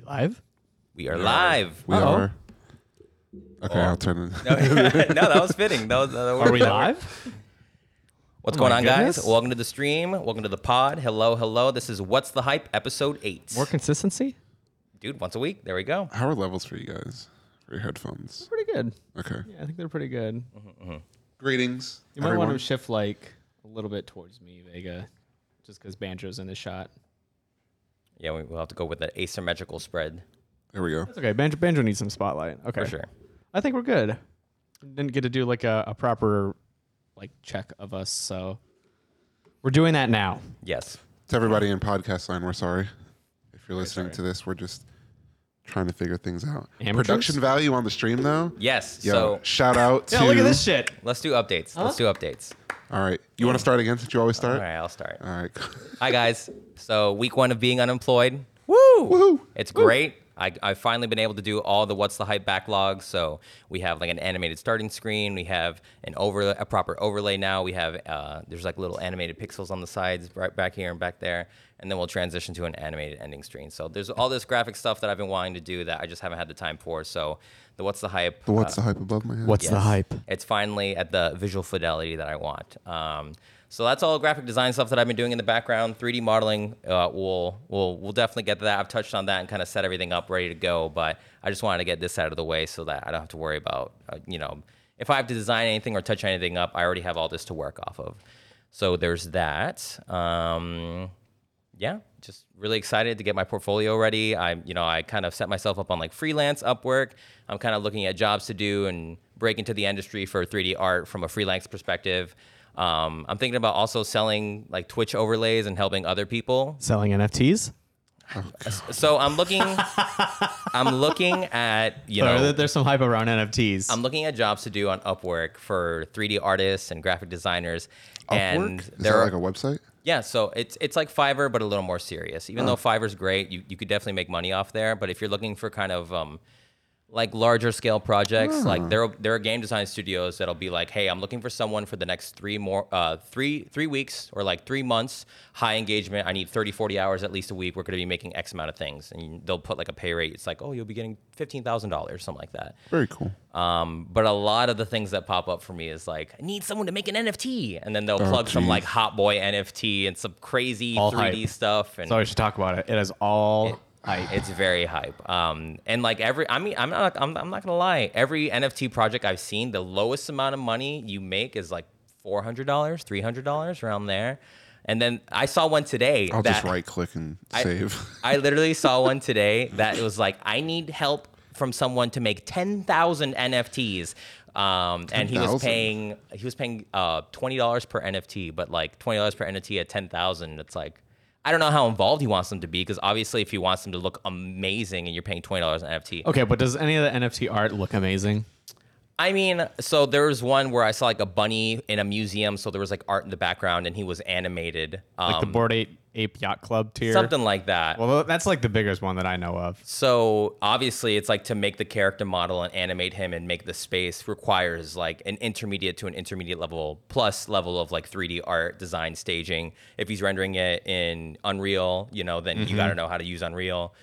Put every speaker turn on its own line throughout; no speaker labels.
Live?
We are live.
We
Uh-oh.
are. Okay, I'll turn it.
Oh. no, that was fitting. That was, uh, that
Are we
that
live?
What's
Oh
going
my
on,
goodness.
guys? Welcome to the stream. Welcome to the pod. Hello, hello. This is What's the Hype, episode eight.
More consistency?
Dude, once a week. There we go.
How are levels for you guys? For your headphones?
Pretty good.
Okay.
Yeah, I think they're pretty good.
Greetings.
You might want
everyone.
to shift like a little bit towards me, Vega, just because Banjo's in the shot.
Yeah, we, we'll have to go with that asymmetrical spread
There we go.
It's okay. Banjo, Banjo needs some spotlight. Okay.
for sure.
I think we're good. Didn't get to do like a, a proper like check of us, so we're doing that now.
Yes.
To everybody in podcast land, we're sorry. If you're listening to this, we're just trying to figure things out.
Amateurs?
Production value on the stream, though.
Yes.
Yo,
So
shout out to.
Yeah, look at this shit.
let's do updates. Let's do updates.
All right. You want to start again since you always
All
start?
right, I'll start.
All right.
Hi, guys. So, week one of being unemployed. Woo!
Woo!
It's great. I, I've finally been able to do all the What's the Hype backlog. So we have like an animated starting screen. We have an over a proper overlay now. We have uh, there's like little animated pixels on the sides right back here and back there, and then we'll transition to an animated ending screen. So there's all this graphic stuff that I've been wanting to do that I just haven't had the time for. So the What's the Hype?
But what's the hype above my head?
What's the
Yes.
hype?
It's finally at the visual fidelity that I want. Um, so that's all graphic design stuff that I've been doing in the background. 3D modeling, uh, we'll, we'll, we'll definitely get to that. I've touched on that and kind of set everything up ready to go, but I just wanted to get this out of the way so that I don't have to worry about, uh, you know, if I have to design anything or touch anything up, I already have all this to work off of. So there's that. Um, yeah, just really excited to get my portfolio ready. I'm, you know, I kind of set myself up on like freelance Upwork. I'm kind of looking at jobs to do and break into the industry for 3D art from a freelance perspective. Um, I'm thinking about also selling like Twitch overlays and helping other people.
Selling NFTs?
So I'm looking, I'm looking at you
Sorry,
know,
there- there's some hype around NFTs.
I'm looking at jobs to do on Upwork for 3D artists and graphic designers. And
Upwork? Is
there
that
are
like a website?
yeah, so it's it's like Fiverr but a little more serious. Even though Fiverr's great, you, you could definitely make money off there. But if you're looking for kind of um, like larger scale projects, like there are- there are game design studios that'll be like, hey, I'm looking for someone for the next three more uh, three three weeks or like three months, high engagement. I need 30, 40 hours at least a week. We're going to be making X amount of things, and they'll put like a pay rate. It's like, oh, you'll be getting fifteen thousand dollars, something like that.
Very cool.
Um, but a lot of the things that pop up for me is like, I need someone to make an NFT, and then they'll plug some
geez.
like hot boy NFT and some crazy
Oh, All
3D
hype.
stuff, and
Sorry, we should talk about it. It is all hype.
it's very hype. Um, and like every, I mean, I'm not, I'm, I'm not gonna lie. Every NFT project I've seen, the lowest amount of money you make is like four hundred dollars, three hundred dollars, around there. And then I saw one today.
I'll
that
just right click and save.
I Um, literally saw one today that it was like, I need help from someone to make ten thousand NFTs. Um, and he was
10,000?
paying he was paying uh, twenty dollars per NFT, but like twenty dollars per NFT at ten thousand, it's like I don't know how involved he wants them to be because obviously if he wants them to look amazing and you're paying twenty dollars an NFT,
Okay, but does any of the NFT art look amazing?
I mean, so there was one where I saw like a bunny in a museum, so there was like art in the background and he was animated, um,
Like the Board Ape, Ape Yacht Club tier?
something like that.
Well, that's like the biggest one that I know of.
So obviously, it's like to make the character model and animate him and make the space requires like an intermediate to an intermediate level plus level of like 3D art design staging. If he's rendering it in Unreal, you know, then you got to know how to use Unreal.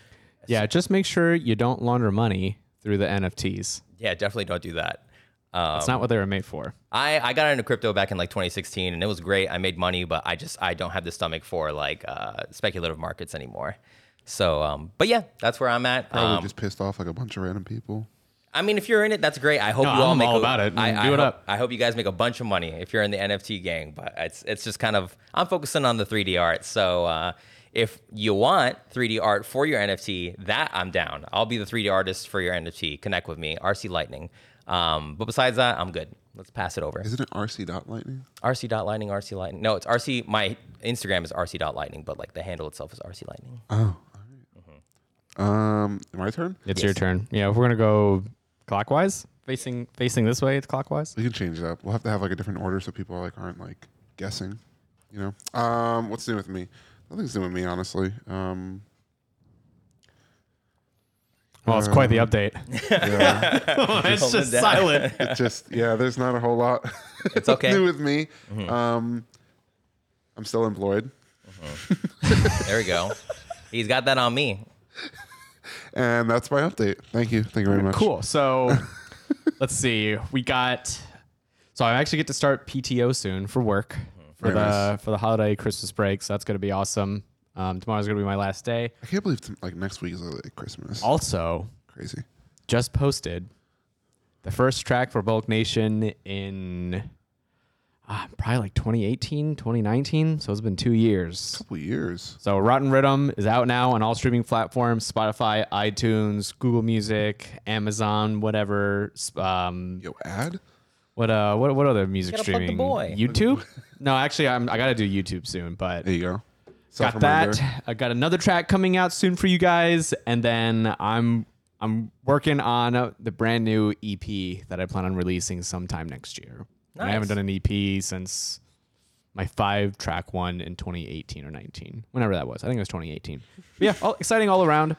Yeah, just make sure you don't launder money through the NFTs.
Yeah, definitely don't do that.
That's not what they were made for.
I, I got into crypto back in like 2016 and it was great. I made money, but I just I don't have the stomach for like uh, speculative markets anymore. So, um, but yeah, that's where I'm at.
Probably
Um,
just pissed off like a bunch of random people.
I mean, if you're in it, that's great. I hope
No,
you all
I'm
make
all
a-
about it. Mm,
I,
Do
I
it
hope,
up.
I hope you guys make a bunch of money if you're in the NFT gang. But it's it's just kind of I'm focusing on the 3D art. So uh, if you want 3D art for your NFT, that I'm down. I'll be the 3D artist for your NFT. Connect with me, RC Lightning. Um, but besides that, I'm good. Let's pass it over.
Isn't it rc.lightning?
RC.lightning, RC lightning. No, it's RC. My Instagram is RC.lightning, but like the handle itself is RC lightning.
Oh. Um, my turn.
It's your turn. Yeah, if we're gonna go clockwise, facing facing this way, it's clockwise.
We can change it up. We'll have to have like a different order so people like aren't like guessing. You know. Um, what's new with me? Nothing's new with me, honestly. Um,
Well, it's quite the
Um,
update.
yeah,
it's just
just
silent.
it's just yeah. There's not a whole lot.
It's okay.
new with me.
Mm-hmm.
Um, I'm still employed,
There we go. He's got that on me.
And that's my update. Thank you. Thank you very much.
Cool. So let's see. We got. So I actually get to start PTO soon for work for
Very
the
nice.
for the holiday Christmas break. So that's gonna be awesome. Um, tomorrow's gonna be my last day.
I can't believe t- like next week is like Christmas.
Also,
Crazy.
just posted the first track for Bulk Nation in uh, probably like 2018, 2019. So it's been two years.
couple years.
So Rotten Rhythm is out now on all streaming platforms: Spotify, iTunes, Google Music, Amazon, whatever. sp- Um,
Yo, ad?
what uh, what what other music
Gotta plug the
streaming?
boy.
YouTube? no, actually, I'm, I gotta do YouTube soon, but
There you go.
got
Self-reminder.
that. I got another track coming out soon for you guys, and then I'm I'm working on uh, the brand new EP that I plan on releasing sometime next year. And I haven't done
Nice.
an EP since my five track one in 2018 or 19, whenever that was. I think it was 2018. But yeah, all, exciting all around.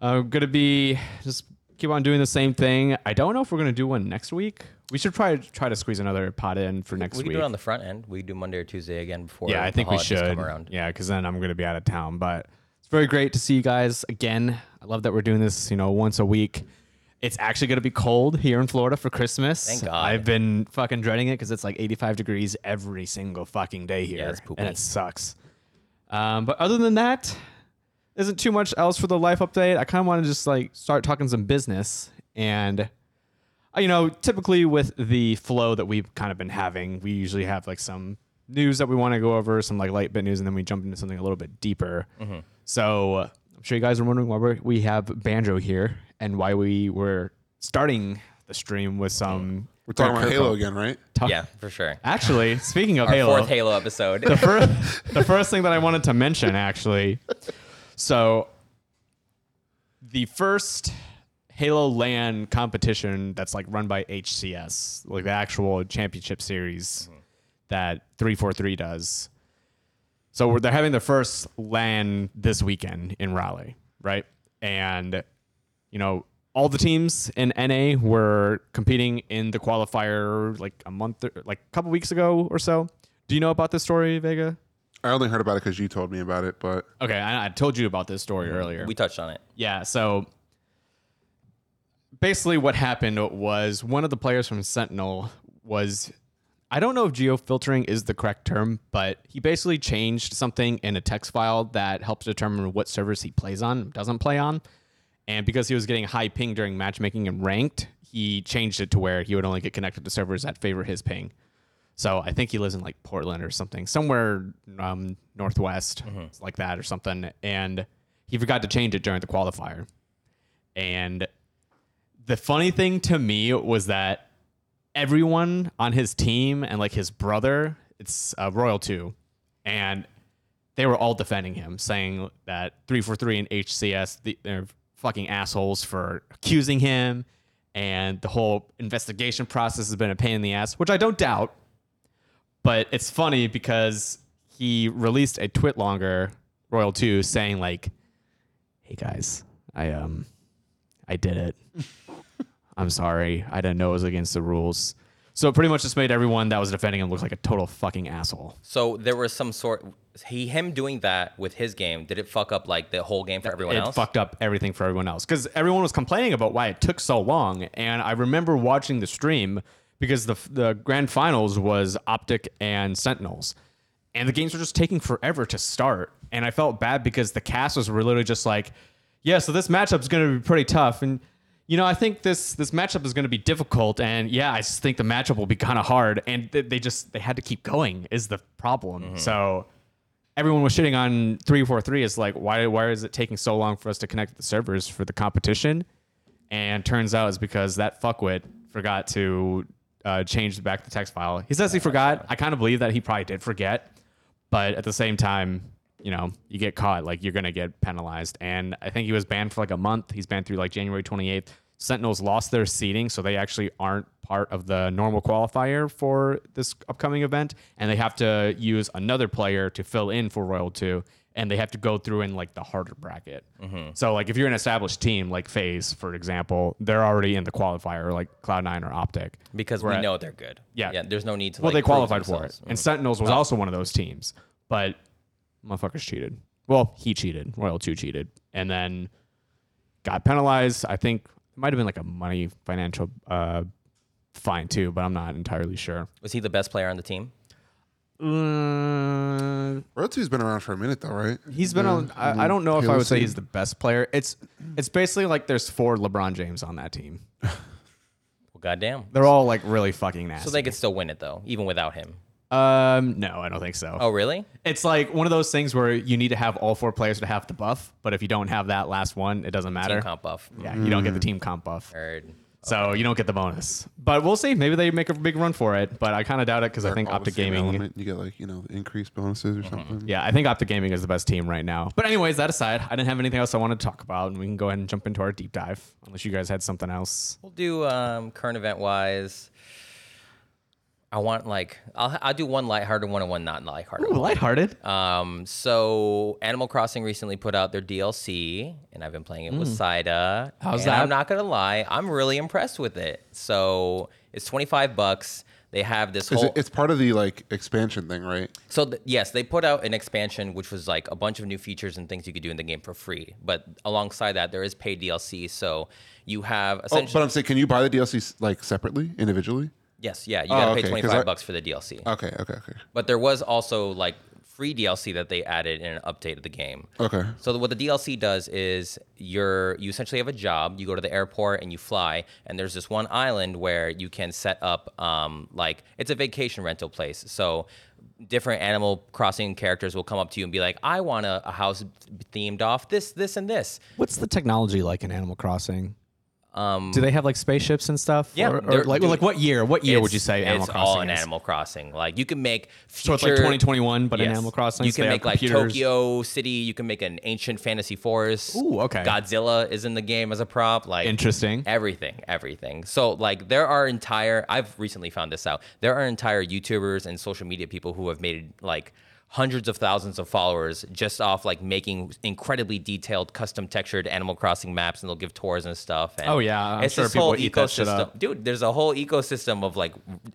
I'm gonna be just keep on doing the same thing. I don't know if we're gonna do one next week. We should try try to squeeze another pot in for next
we can
week.
do it on the front end. We do Monday or Tuesday again before.
Yeah, I
the
think we
holidays
should.
come around.
Yeah, because then I'm going to be out of town. But it's very great to see you guys again. I love that we're doing this, you know, once a week. It's actually going to be cold here in Florida for Christmas.
Thank God.
I've been fucking dreading it because it's like 85 degrees every single fucking day here.
it's poopy.
and it sucks. Um, but other than that, isn't too much else for the life update. I kind of want to just like start talking some business and uh, you know, typically with the flow that we've kind of been having, we usually have like some news that we want to go over, some like light bit news, and then we jump into something a little bit deeper.
Mm-hmm.
So uh, I'm sure you guys are wondering why we're, we have Banjo here and why we were starting the stream with some.
We're talking about
Kurt
Halo
Cobain.
again, right?
Yeah, for sure.
Actually, speaking of
Our
Halo,
fourth Halo episode.
the first the first thing that I wanted to mention actually. So the first Halo LAN competition that's like run by HCS, like the actual championship series that 343 does. So we're, they're having the first LAN this weekend in Raleigh, right? And you know, all the teams in NA were competing in the qualifier like a month, or, like a couple weeks ago or so. Do you know about this story, Vega?
I only heard about it because you told me about it, but
Okay, I, I told you about this story earlier.
we touched on it.
yeah, so basically what happened was one of the players from Sentinel was I don't know if geofiltering is the correct term, but he basically changed something in a text file that helps determine what servers he plays on, doesn't play on. And because he was getting high ping during matchmaking and ranked, he changed it to where he would only get connected to servers that favor his ping. So I think he lives in like Portland or something, somewhere um, northwest, like that or something. And he forgot to change it during the qualifier. And the funny thing to me was that everyone on his team and like his brother, it's uh, Royal 2, and they were all defending him, saying that 343 and HCS, the, they're fucking assholes for accusing him. And the whole investigation process has been a pain in the ass, which I don't doubt. But it's funny because he released a twit longer, Royal 2, saying, like, hey guys, I, um, I did it. I'm sorry. I didn't know it was against the rules. So it pretty much just made everyone that was defending him look like a total fucking asshole.
So there was some sort he him doing that with his game. Did it fuck up like the whole game for everyone
it
else?
fucked up everything for everyone else because everyone was complaining about why it took so long. And I remember watching the stream because the the grand finals was Optic and Sentinels, and the games were just taking forever to start. And I felt bad because the casters were literally just like, "Yeah, so this matchup's going to be pretty tough." And you know, I think this this matchup is going to be difficult, and yeah, I just think the matchup will be kind of hard. And th- they just they had to keep going is the problem.
Mm-hmm.
So everyone was shitting on 343 is like why why is it taking so long for us to connect the servers for the competition and turns out it's because that fuckwit forgot to uh, change back the text file he says he forgot i kind of believe that he probably did forget but at the same time you know you get caught like you're gonna get penalized and i think he was banned for like a month he's banned through like january 28th sentinels lost their seating so they actually aren't part of the normal qualifier for this upcoming event and they have to use another player to fill in for royal 2 and they have to go through in like the harder bracket so like if you're an established team like phase for example they're already in the qualifier like cloud 9 or optic
because we know they're good.
Yeah.
Yeah. There's no need to
well,
like,
they qualified
prove
for Oh. it,
themselves.
and Sentinels was also one of those teams, but motherfuckers cheated. Well, he cheated. Royal Two cheated, and then got penalized. I think it might have been like a money financial uh, fine too, but I'm not entirely sure.
Was he the best player on the team?
Uh,
Road Two's been around for a minute though, right?
he's been
mm,
on. I, I don't know if I
Halo
would say
team.
he's the best player. It's it's basically like there's four LeBron James on that team.
Well, goddamn.
They're all like really fucking nasty.
So they could still win it though, even without him.
um, no, I don't think so.
Oh, really?
It's like one of those things where you need to have all four players to have the buff, but if you don't have that last one, it doesn't matter.
Team comp buff.
Yeah, you don't get the team comp buff.
Nerd.
So you don't get the bonus. But we'll see. Maybe they make a big run for it. But I kind of doubt it because I think
All the
Optic
same
Gaming.
element, You get like you know increased bonuses
Mm-hmm.
or something.
Yeah, I think Optic Gaming is the best team right now. But anyways, that aside, I didn't have anything else I wanted to talk about, and we can go ahead and jump into our deep dive. Unless you guys had something else.
We'll do um, current event wise. I want like I'll I'll do one lighthearted one and one not lighthearted.
Ooh, lighthearted.
Um, so Animal Crossing recently put out their DLC, and I've been playing it with
Hmm.
Saida.
How's
and
that?
I'm not gonna lie, I'm really impressed with it. So it's 25 bucks. They have this
Is
whole.
it, it's part of the like expansion thing, right?
So th- yes, they put out an expansion which was like a bunch of new features and things you could do in the game for free. But alongside that, there is paid DLC. So you have
Oh,
essentially
but I'm saying, can you buy the DLC like separately, individually?
yes, yeah, you gotta
Oh, okay,
pay
'cause
25
I-
bucks for the DLC.
Okay, okay, okay,
but there was also like free DLC that they added in an update of the game.
okay.
So what the DLC does is you're you essentially have a job. You go to the airport and you fly, and there's this one island where you can set up um, like it's a vacation rental place. So different Animal Crossing characters will come up to you and be like, "I want a, a house themed off this, this, and this."
What's the technology like in Animal Crossing? Um, Do they have like spaceships and stuff?
Yeah,
Or, or,
they're-
like,
dude,
like what year? What year would
It's-
you say Animal
it's
Crossing
all in
is?
Animal Crossing? Like you can make future,
So it's like 2021, but in
Yes.
Animal Crossing,
You
so
can
they have
make like
computers.
Tokyo City. You can make an ancient fantasy forest.
Ooh, okay.
Godzilla is in the game as a prop. Like
Interesting.
Everything, everything. So like there are entire. I've recently found this out. There are entire YouTubers and social media people who have made like hundreds of thousands of followers just off like making incredibly detailed custom textured animal crossing maps and they'll give tours and stuff and
Oh, yeah. I'm
it's
sure
this
people
whole
eat that shit
ecosystem
up.
dude there's a whole ecosystem of like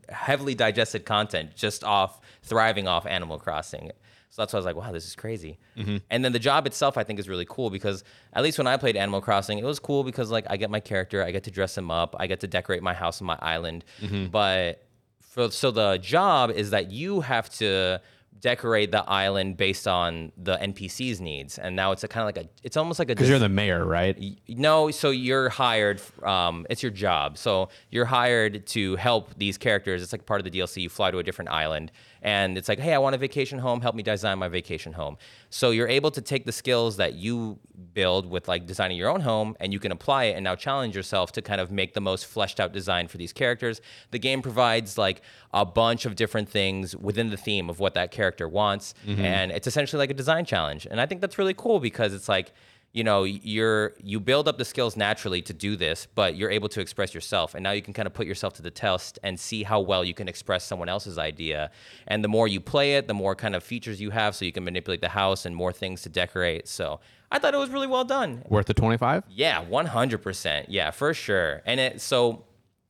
heavily digested content just off thriving off animal crossing so that's why i was like wow this is crazy
Mm-hmm.
and then the job itself i think is really cool because at least when i played animal crossing it was cool because like i get my character i get to dress him up i get to decorate my house and my island
Mm-hmm.
but for, so the job is that you have to decorate the island based on the npc's needs and now it's a kind of like a it's almost like a
Because you're the mayor, right?
no, so you're hired. Um, it's your job. So you're hired to help these characters. It's like part of the DLC. You fly to a different island, and it's like, hey, I want a vacation home. Help me design my vacation home. So you're able to take the skills that you build with like designing your own home, and you can apply it and now challenge yourself to kind of make the most fleshed out design for these characters. The game provides like a bunch of different things within the theme of what that character wants, and it's essentially like a design challenge. And I think that's really cool because it's like you know you're you build up the skills naturally to do this but you're able to express yourself and now you can kind of put yourself to the test and see how well you can express someone else's idea and the more you play it the more kind of features you have so you can manipulate the house and more things to decorate so i thought it was really well done
Worth the 25?
yeah, one hundred percent. Yeah, for sure. And it, so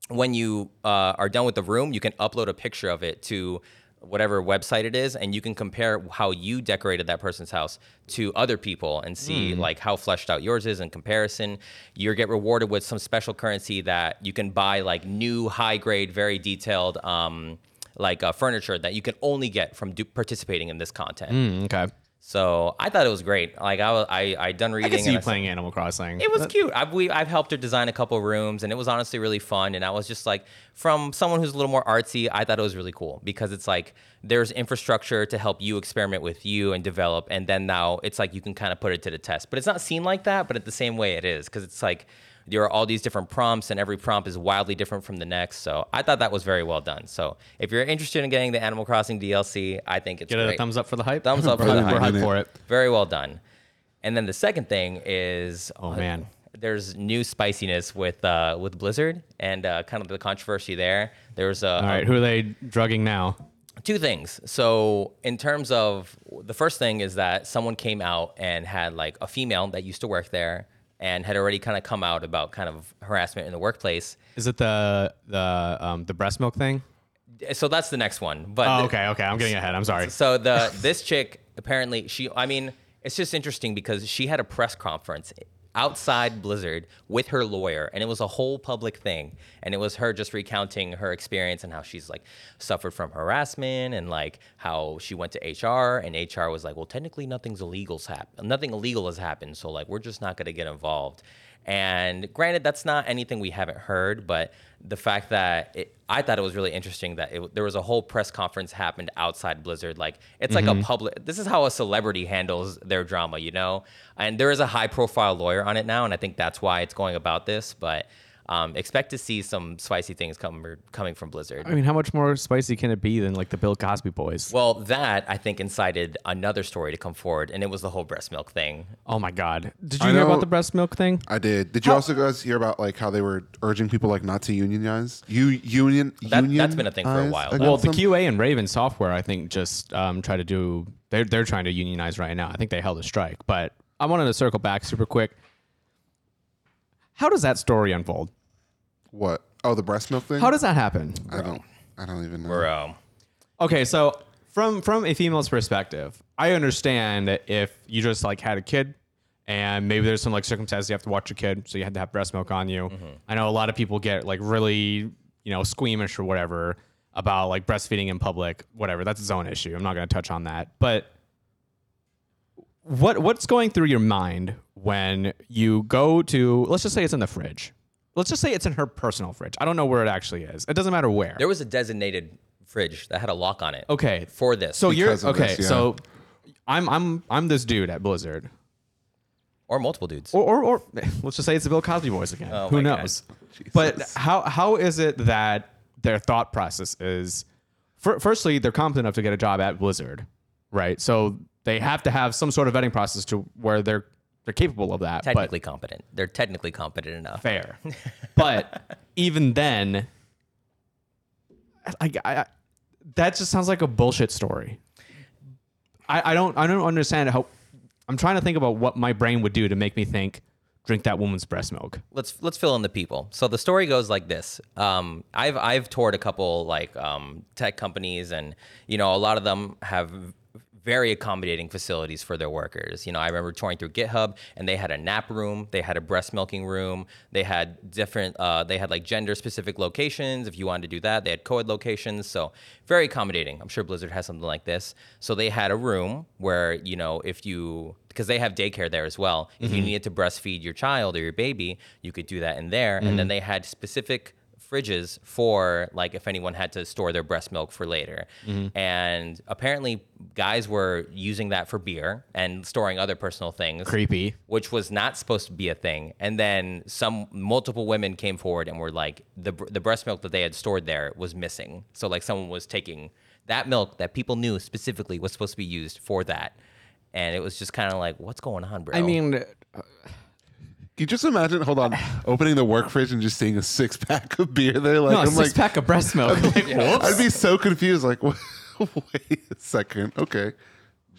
when you uh, are done with the room, you can upload a picture of it to whatever website it is, and you can compare how you decorated that person's house to other people and see
Mm.
like how fleshed out yours is in comparison. You get rewarded with some special currency that you can buy like new high grade, very detailed. Um, like uh, furniture that you can only get from do- participating in this content.
Mm, okay.
So I thought it was great. Like I, was, I, I done reading.
I can see
and
you
I said-
playing Animal Crossing.
it was cute. I've we I've helped her design a couple rooms, and it was honestly really fun. And I was just like, from someone who's a little more artsy, I thought it was really cool because it's like there's infrastructure to help you experiment with you and develop, and then now it's like you can kind of put it to the test. But it's not seen like that, but at the same way it is because it's like there are all these different prompts, and every prompt is wildly different from the next. So I thought that was very well done. So if you're interested in getting the Animal Crossing DLC, I think it's
Get it a
great.
thumbs up for the hype?
Thumbs up for
We're
the
we're
hype.
hyped for it.
Very well done. And then the second thing is,
Oh, man.
there's new spiciness with uh, with Blizzard and uh, kind of the controversy there. There's a,
All right, who are they drugging now?
two things. So in terms of the first thing is that someone came out and had like a female that used to work there and had already kind of come out about kind of harassment in the workplace.
Is it the the um, the breast milk thing?
So that's the next one. But
Oh, okay, okay. I'm getting ahead. I'm sorry.
So the this chick apparently she I mean it's just interesting because she had a press conference outside Blizzard with her lawyer, and it was a whole public thing. And it was her just recounting her experience and how she's like suffered from harassment and like how she went to HR, and HR was like, "Well, technically nothing's illegal's happened. Nothing illegal has happened, so like we're just not going to get involved." And granted, that's not anything we haven't heard, but the fact that it, I thought it was really interesting that it, there was a whole press conference happened outside Blizzard. Like it's
Mm-hmm.
like a public. This is how a celebrity handles their drama, you know. And there is a high profile lawyer on it now, and I think that's why it's going about this. But um, expect to see some spicy things come, coming from Blizzard.
I mean, how much more spicy can it be than like the Bill Cosby boys?
Well, that I think incited another story to come forward, and it was the whole breast milk thing.
Oh my God! Did you
I
hear
know-
about the breast milk thing?
I did. Did you also guys hear about like how they were urging people like not to unionize? You union.
That- that's been a thing for a
unionize
while.
against
Well, the
them?
QA and Raven software, I think, just um, try to do. They're they're trying to unionize right now. I think they held a strike, but I wanted to circle back super quick. How does that story unfold?
What? Oh, the breast milk thing.
How does that happen?
I don't. I don't even know.
Bro,
Okay, so from from a female's perspective, I understand that if you just like had a kid and maybe there's some like circumstances you have to watch your kid, so you had to have breast milk on you. I know a lot of people get like really, you know, squeamish or whatever about like breastfeeding in public, whatever. That's its own issue. I'm not going to touch on that. But what what's going through your mind when you go to let's just say it's in the fridge. Let's just say it's in her personal fridge. I don't know where it actually is. It doesn't matter where.
there was a designated fridge that had a lock on it.
okay.
For this,
So you're
Because of
okay.
this, yeah.
So I'm I'm I'm this dude at Blizzard,
or multiple dudes.
or or, or let's just say it's the Bill Cosby boys again. Who
Oh my
knows? But how how is it that their thought process is? Fir- firstly, they're competent enough to get a job at Blizzard, right? So they have to have some sort of vetting process to where they're they're capable of that. But
technically competent. They're technically competent enough.
fair. but even then, I, I, I- that just sounds like a bullshit story. I, I don't I don't understand how. I'm trying to think about what my brain would do to make me think drink that woman's breast milk.
Let's let's fill in the people. So the story goes like this. Um, I've I've toured a couple like um, tech companies, and you know a lot of them have very accommodating facilities for their workers. You know, I remember touring through GitHub, and they had a nap room, they had a breast milking room, they had different, uh, they had like gender specific locations. If you wanted to do that, they had co-ed locations. So very accommodating. I'm sure Blizzard has something like this. So they had a room where you know if you because they have daycare there as well. If you needed to breastfeed your child or your baby, you could do that in there. And then they had specific fridges for like if anyone had to store their breast milk for later. And apparently guys were using that for beer and storing other personal things
Creepy.
which was not supposed to be a thing. And then some multiple women came forward and were like, the br- the breast milk that they had stored there was missing. So like someone was taking that milk that people knew specifically was supposed to be used for that. And it was just kind of like, what's going on, bro?
I mean,
Can you just imagine? Hold on, opening the work fridge and just seeing a six pack of beer there. Like
no, a
I'm
six
like,
pack of breast milk. Like, whoops.
I'd be so confused. Like, wait a second. Okay.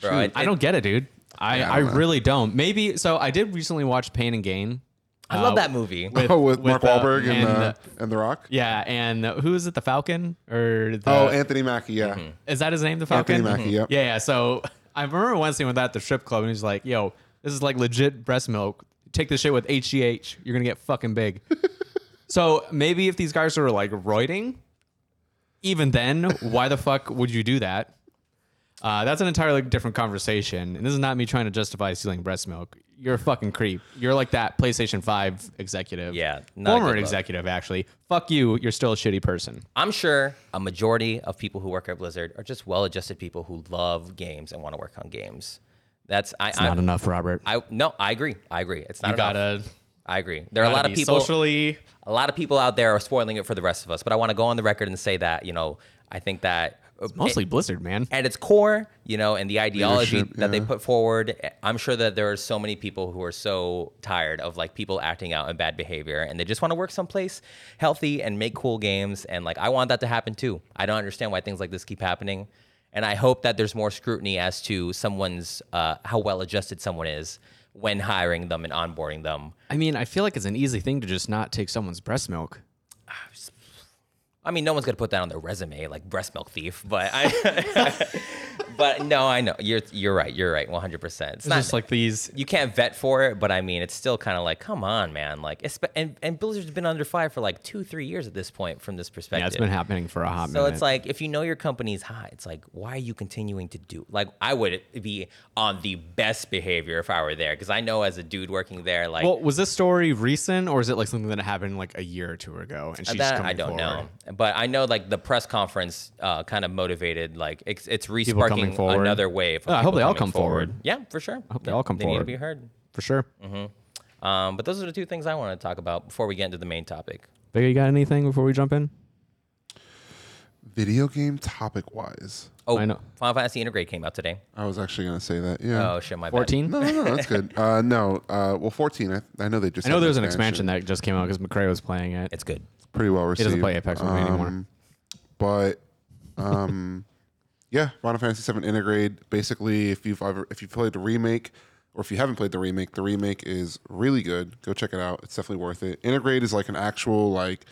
bro, I,
I don't get it, dude. I, I, really don't. Maybe so. I did recently watch Pain and Gain.
I love that movie.
oh, with, Mark
uh,
Wahlberg and, uh, and The Rock.
yeah, and uh, who is it? The Falcon or the,
Oh, Anthony Mackie. Yeah.
Is that his name, the Falcon? Mm-hmm.
Anthony Mackie, yep.
Yeah, yeah. So I remember one scene with that at the strip club, and he's like, "Yo, this is like legit breast milk. Take this shit with HGH. You're gonna get fucking big." so maybe if these guys are like roiding, even then, why the fuck would you do that? Uh, that's an entirely different conversation, and this is not me trying to justify stealing breast milk. You're a fucking creep. You're like that PlayStation Five executive.
Yeah, not a
former
good look.
executive actually. Fuck you. You're still a shitty person.
I'm sure a majority of people who work at Blizzard are just well-adjusted people who love games and want to work on games. That's I, I,
Not enough, Robert.
I no, I agree. I agree. It's not
you
enough.
gotta.
I agree. There are a lot
gotta
of
be
people
socially
a lot of people out there are spoiling it for the rest of us, but I want to go on the record and say that, you know, I think that
Mostly
Eh,
Blizzard, man.
at its core, you know, and the ideology
Leadership,
that they
yeah.
put forward, I'm sure that there are so many people who are so tired of like people acting out in bad behavior and they just want to work someplace healthy and make cool games. And like, I want that to happen too. I don't understand why things like this keep happening. And I hope that there's more scrutiny as to someone's, uh, how well adjusted someone is when hiring them and onboarding them.
I mean, I feel like it's an easy thing to just not take someone's breast milk.
I mean, no one's gonna put that on their resume, like breast milk thief. But I, but no, I know you're you're right. You're right, 100. percent It's
It's
not
just like these.
you can't vet for it, but I mean, it's still kind of like, come on, man. Like, espe- and and Blizzard's been under fire for like two, three years at this point from this perspective.
Yeah, it's been happening for a hot
So
minute.
it's like if you know your company's hot, it's like why are you continuing to do? Like I would be on the best behavior if I were there because I know as a dude working there, like
well, was this story recent or is it like something that happened like a year or two ago? And she's
that
coming
I don't
forward?
know, but I know like the press conference uh, kind of motivated like it's it's
coming
re-sparking
forward.
another wave. Of
Yeah, I hope
people
they all
coming
come forward.
Yeah, for sure. I
hope they all come
they need to
forward.
be heard.
for sure.
Mm-hmm. Um, but those are the two things I want to talk about before we get into the main topic.
Vega, you got anything before we jump in?
Video game topic wise,
Oh,
I know.
Final Fantasy Integrate came out today.
I was actually gonna say that. Yeah.
Oh shit, my bad.
Fourteen.
No, no, no, that's good. Uh, no, uh, well, 14. I, I know they just.
I know there's an expansion that just came out because McCray was playing it.
It's good.
pretty well received. Um,
doesn't play Apex with me anymore.
But, um, yeah, Final Fantasy VII Integrate. Basically, if you've ever if you have played the remake, or if you haven't played the remake, the remake is really good. Go check it out. It's definitely worth it. Integrate is like an actual like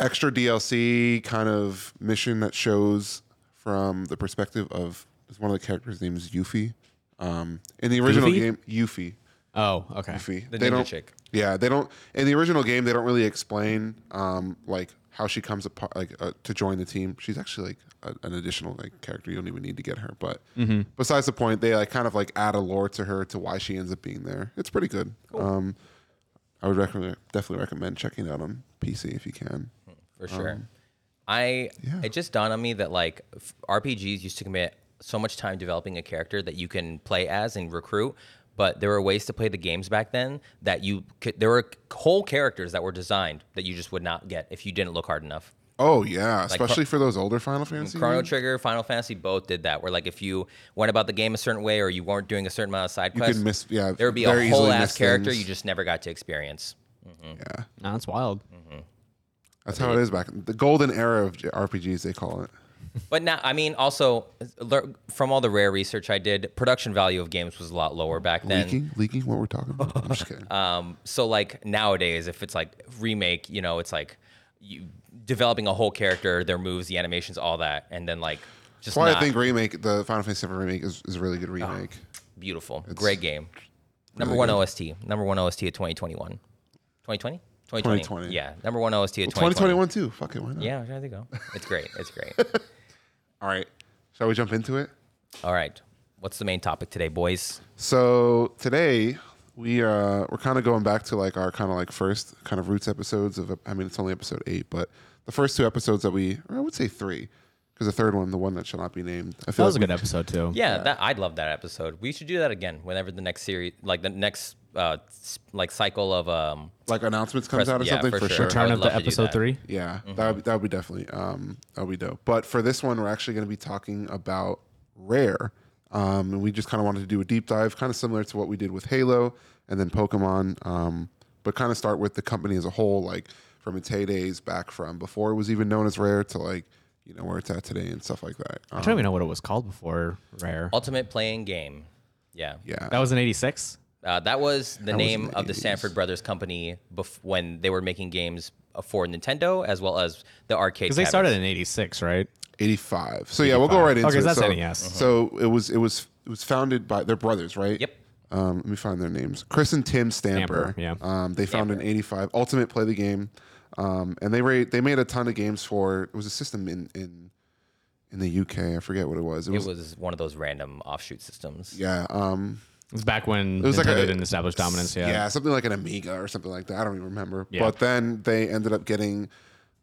extra DLC kind of mission that shows from the perspective of is one of the characters' names Yuffie. Um, in the original
Yuffie?
game, Yuffie.
Oh, okay.
Yuffie.
The
they
ninja
don't,
chick.
Yeah, they don't. In the original game, they don't really explain um, like how she comes apart, like uh, to join the team. She's actually like a, an additional like character. You don't even need to get her. But
Mm-hmm.
besides the point, they like kind of like add a lore to her to why she ends up being there. It's pretty good. Um, I would recommend definitely recommend checking it out on PC if you can.
for sure.
Um,
I it just dawned on me that like f- RPGs used to commit so much time developing a character that you can play as and recruit, but there were ways to play the games back then that you could. There were whole characters that were designed that you just would not get if you didn't look hard enough.
Oh yeah, especially for those older Final
Mm-hmm.
Fantasy.
Chrono
games,
Trigger, Final Fantasy, both did that. Where like if you went about the game a certain way or you weren't doing a certain amount of side
could
quests,
miss- yeah,
there would be
very
a whole
easily
ass
miss
character
things.
you just never got to experience.
Yeah,
No, that's wild.
Mm-hmm.
that's how it is back. The golden era of RPGs, they call it.
But now, I mean, also lear- from all the rare research I did, production value of games was a lot lower back then.
Leaking, leaking. What we're talking about? I'm just kidding.
Um, so like nowadays, if it's like remake, you know, it's like you developing a whole character, their moves, the animations, all that, and then like just
That's why I
not
think remake the Final Fantasy VII remake is, is a really good remake.
beautiful, great game. Number
really
one
good.
OST, number one OST of 2021, 2020,
2020.
Yeah, number one OST of 2021.
2021 too. Fuck it, why not?
Yeah, there you go. It's great. It's great.
All right. Shall we jump into it?
all right, what's the main topic today, boys?
So today we uh we're kind of going back to like our kind of like first kind of roots episodes of I mean it's only episode eight, but the first two episodes that we or I would say three because the third one, the one that shall not be named, I
That
feel
was a
like
good episode too.
Yeah, That, I'd love that episode. We should do that again whenever the next series, like the next uh, s- like cycle of um.
we- like announcements comes
Press-
out or
yeah,
something
for
for,
sure. I
sure.
Turn
would
of
love
the
to do
episode
that.
three.
Yeah, that would that would be definitely um that would be dope. But for this one, we're actually going to be talking about Rare, um, and we just kind of wanted to do a deep dive, kind of similar to what we did with Halo and then Pokemon, um, but kind of start with the company as a whole, like from its heydays back from before it was even known as Rare to like you know where it's at today and stuff like that.
I
Um,
don't even know what it was called before Rare.
Ultimate Playing Game. Yeah.
yeah,
That was in '86.
Uh, that was the name
the
of the
80s.
Sanford Brothers company bef- when they were making games uh, for Nintendo as well as the arcade.
Because they
cabinets.
started in '86, right?
85. So yeah, we'll go right into
Okay,
it.
so that's E
so,
NES.
So it was it was it was founded by their brothers, right?
Yep.
Um, let me find their names. Chris and Tim Stamper.
Stamper, yeah.
Um, they founded in '85. Ultimate Play the Game, um, and they ra- they made a ton of games for. It was a system in in in the UK. I forget what it was. It
It
was,
was one of those random offshoot systems.
yeah. Um,
It was back when
was
Nintendo
like a-
didn't establish dominance.
yeah.
Yeah.
something like an Amiga or something like that. I don't even remember. But then they ended up getting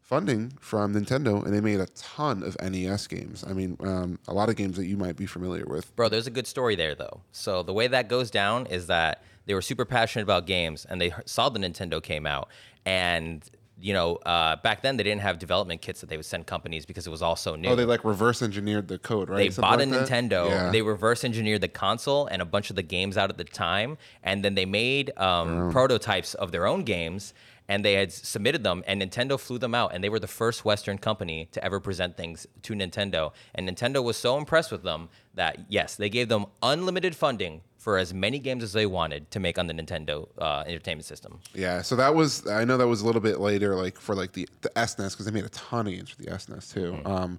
funding from Nintendo, and they made a ton of NES games. I mean, um, a lot of games that you might be familiar with.
Bro, there's a good story there though. So the way that goes down is that they were super passionate about games, and they he- saw the Nintendo came out, and you know, uh, back then they didn't have development kits that they would send companies because it was all so new.
Oh, they like reverse engineered the code, right?
they
Something
bought a
like that?
Nintendo.
Yeah.
They reverse engineered the console and a bunch of the games out at the time, and then they made um, prototypes of their own games. And they had s- submitted them, and Nintendo flew them out, and they were the first Western company to ever present things to Nintendo. And Nintendo was so impressed with them that yes, they gave them unlimited funding for as many games as they wanted to make on the Nintendo uh, Entertainment System.
Yeah, so that was I know that was a little bit later, like for like the the SNES because they made a ton of games for the SNES too.
Hmm.
Um,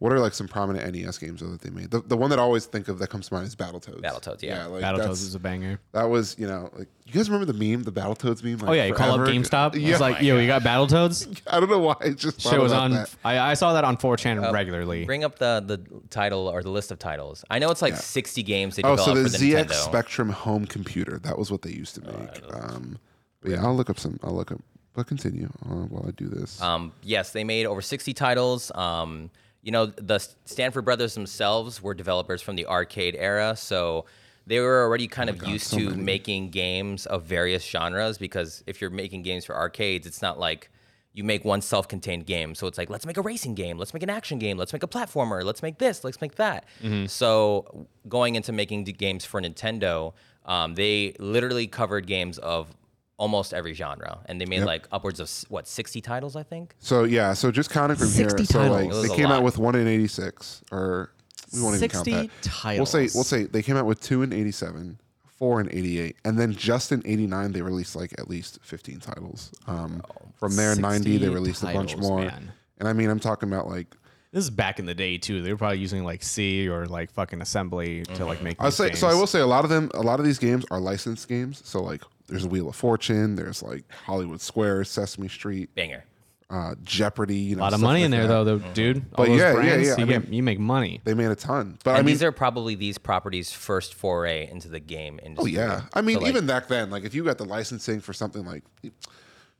what are like some prominent NES games though that they made? The, the one that I always think of that comes to mind is Battletoads.
Battletoads, yeah.
like
Battletoads
that's-
is a banger.
that was you know like you guys remember the meme, the Battletoads meme? Like
Oh yeah, you call up
forever?
GameStop.
Yeah,
It's like, yo, you got Battletoads?
I don't know why it just thought
Shit was
about
on.
that.
I, I saw that on 4chan regularly.
Bring up the the title or the list of titles. I know it's like 60 games they
Oh,
developed
so the,
for the
ZX
Nintendo. Oh,
Spectrum home computer. That was what they used to make. um, but yeah, I'll look up some. I'll look up. But continue uh, while I do this.
Um, yes, they made over 60 titles. Um, you know, the Stanford brothers themselves were developers from the arcade era, so they were already kind of used to making games of various genres because if you're making games for arcades, it's not like you make one self-contained game. So it's like, let's make a racing game, let's make an action game, let's make a platformer, let's make this, let's make that. So going into making the games for Nintendo, um, they literally covered games of almost every genre, and they made like upwards of s- what sixty titles, I think.
So yeah, so just counting from here,
60
so like
titles.
It
they
was a
came out
lot.
with one in eighty six, or we won't even count
60
that.
titles.
We'll say we'll say they came out with two in eighty seven, four in eighty eight, and then just in eighty nine they released like at least fifteen titles. Um, from there
60
ninety they released a bunch
titles,
more,
man.
and I mean I'm talking about like
This is back in the day too. They were probably using like C or like fucking assembly to like make.
Mm-hmm. I
these
say
games.
so I will say a lot of them a lot of these games are licensed games. So like there's Wheel of Fortune, there's like Hollywood Square, Sesame Street,
Banger.
uh, Jeopardy. You know,
A lot of
stuff
money in
like
there
that.
though, though, dude. All
But
those
yeah, yeah,
brands,
yeah,
You,
I
get, you make money.
They made a ton, but
And
I mean
these are probably these properties' first foray into the game industry.
Oh, Yeah, I mean,
So, like-
even back then, like if you got the licensing for something like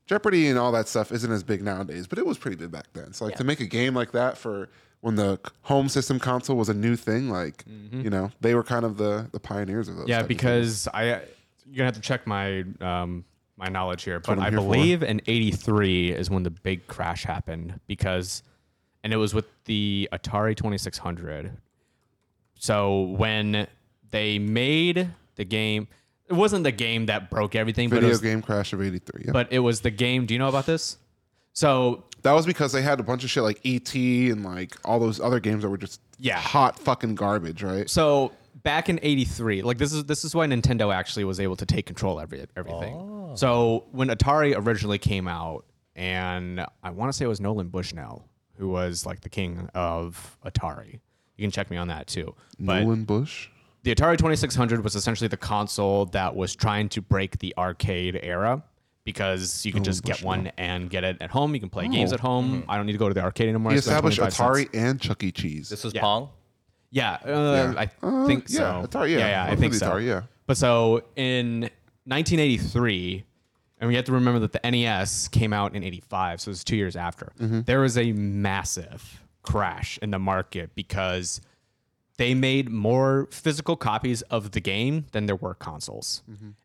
Jeopardy and all that stuff, isn't as big nowadays, but it was pretty big back then. So like to make a game like that for when the c- home system console was a new thing, like you know, they were kind of the the pioneers of those.
Mm-hmm. Yeah,
type of
because I you're gonna have to check my um my knowledge here, but
what I'm
I
here for.
believe in '83 is when the big crash happened because, and it was with the Atari 2600. So when they made the game, it wasn't the game that broke everything, but it
video
was,
game crash of '83. Yeah.
but it was the game. Do you know about this? So
that was because they had a bunch of shit like ET and like all those other games that were just
Yeah.
hot fucking garbage, right?
So back in '83, like this is this is why Nintendo actually was able to take control of every, everything.
Oh.
So when Atari originally came out, and I want to say it was Nolan Bushnell who was like the king of Atari. You can check me on that too. But
Nolan Bush.
the Atari 2600 was essentially the console that was trying to break the arcade era because you can just get one and get it at home. You can play games at home. I don't need to go to the arcade anymore.
Oh. Mm-hmm. He
I spend
established
25 cents.
Atari and Chuck E. Cheese.
this was Pong.
Yeah, uh,
Yeah.
I think
yeah,
so.
Atari, yeah.
I
Mostly
think
the
so.
Atari, yeah.
But so in 1983, and we have to remember that the NES came out in 85, so it was two years after.
Mm-hmm.
There was a massive crash in the market because they made more physical copies of the game than there were consoles.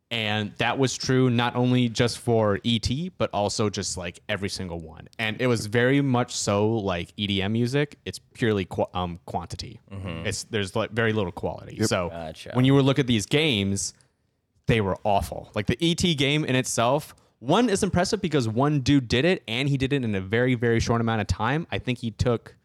And that was true not only just for ET, but also just like every single one. And it was very much so like EDM music. It's purely qu- um, quantity. It's there's like very little quality. So
Gotcha.
when you were look at these games, they were awful. Like the ET game in itself, one is impressive because one dude did it and he did it in a very very short amount of time. I think he took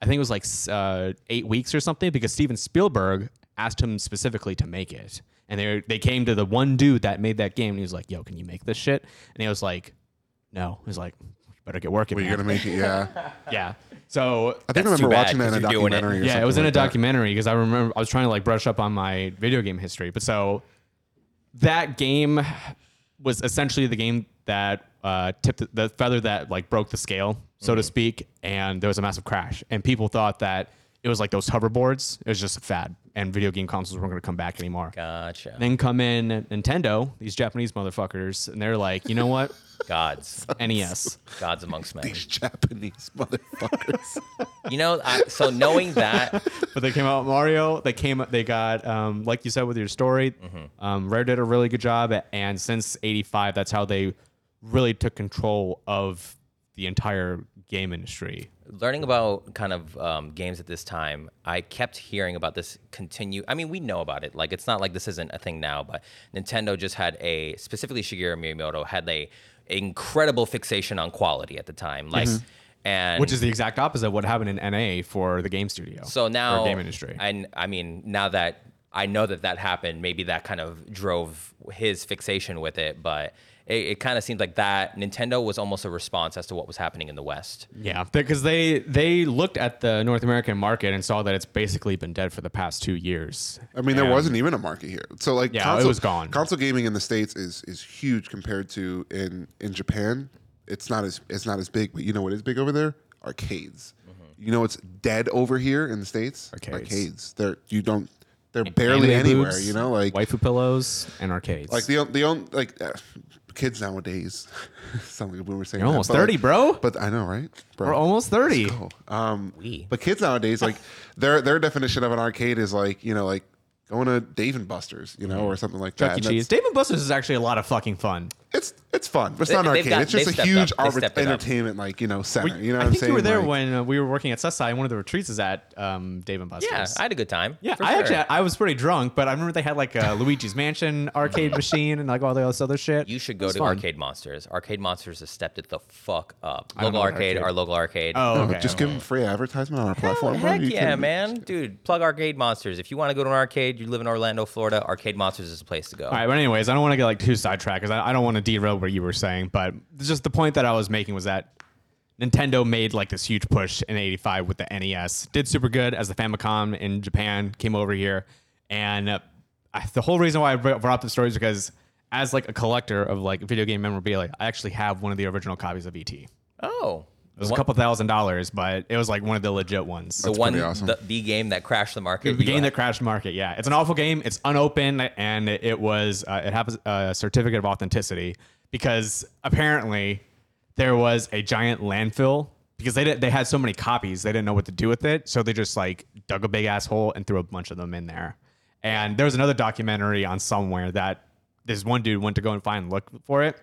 I think it was like s- uh, eight weeks or something because Steven Spielberg asked him specifically to make it. And they, they came to the one dude that made that game and he was like, yo, can you make this shit? And he was like, no. He was like, you better get working.
Were you
man."
gonna make it? Yeah.
yeah. So
I think I
That's too
remember
bad,
watching that in a
'cause you're doing it.
documentary. Or
yeah, it
something
was in a
like that.
documentary because I remember I was trying to like brush up on my video game history. But so that game was essentially the game that uh, tipped the, the feather that like broke the scale, so
Mm-hmm.
to speak. And there was a massive crash, and people thought that it was like those hoverboards. It was just a fad, and video game consoles weren't going to come back anymore.
Gotcha.
Then come in Nintendo, these Japanese motherfuckers, and they're like, you know what, E
Gods.
NES.
Gods amongst men.
Japanese motherfuckers.
You know, I, so knowing that,
but they came out with Mario. They came. They got um, like you said with your story.
Mm-hmm.
Um, Rare did a really good job, at, and since '85, that's how they really took control of the entire game industry.
learning about kind of um, games at this time, I kept hearing about this continue. I mean, we know about it. Like, it's not like this isn't a thing now, but Nintendo just had a, specifically Shigeru Miyamoto, had a incredible fixation on quality at the time. Like,
Mm-hmm.
and
Which is the exact opposite of what happened in NA for the game studio.
So now,
or game industry.
and I mean, now that I know that that happened. Maybe that kind of drove his fixation with it, but it, it kind of seemed like that Nintendo was almost a response as to what was happening in the West.
Yeah, because they they looked at the North American market and saw that it's basically been dead for the past two years.
I mean, there wasn't even a market here. So like,
Yeah, it was gone.
Console gaming in the states is is huge compared to in in Japan. It's not as it's not as big, but you know what is big over there? Arcades. You know it's dead over here in the states.
Mm-hmm. Arcades.
They're you don't. They're barely
Anime
anywhere.
booths,
You know, like
waifu pillows and arcades.
like the on- the only like uh, kids nowadays. sound like a boomer saying
You're
that,
almost
but, like,
30, bro.
But I know, right? Bro.
We're almost thirty.
Um,
We.
but kids nowadays, like their their definition of an arcade is like you know like going to Dave and Buster's, you know, or something like
Chuck
that.
E.
And that's-
Cheese. Dave and Buster's is actually a lot of fucking fun.
It's it's fun. But it's not an
They- they've
arcade.
got-
it's just
they've
a
stepped
huge
up. They've
arbit-
stepped it up.
entertainment like you know center. you know
I
what I'm
think
saying?
you were there
Like,
when uh, we were working at Sessai, one of the retreats is at um, Dave and Buster's.
Yeah, I had a good time.
Yeah,
for
I
sure.
actually I was pretty drunk, but I remember they had like a Luigi's Mansion arcade machine and like all this other shit.
You should go
It's
to
fun.
Arcade Monsters. Arcade Monsters has stepped it the fuck up.
don't know
Local
what
arcade,
arcade-
our local arcade.
Oh,
oh,
okay.
just give them free advertisement on our platform. bro.
Heck
You
yeah,
kidding me?
man. Dude, plug Arcade Monsters. If you want to go to an arcade, you live in Orlando, Florida, Arcade Monsters is a place to go.
All right, but anyways, I don't want to get like too sidetracked because I, I don't want to derail what you were saying, but just the point that I was making was that Nintendo made like this huge push in '85 with the NES, did super good as the Famicom in Japan came over here, and uh, I, the whole reason why I brought brought up the story is because as like a collector of like video game memorabilia, I actually have one of the original copies of ET. It
Oh.
was
The
a couple thousand dollars, but it was like one of the legit ones.
the one
pretty awesome.
the, the game that crashed the market.
The
You,
game
uh,
that crashed the market. Yeah, it's an awful game. It's unopened, and it was uh, it has a certificate of authenticity because apparently there was a giant landfill because they did, they had so many copies they didn't know what to do with it, so they just like dug a big asshole and threw a bunch of them in there. And there was another documentary on somewhere that this one dude went to go and find and look for it.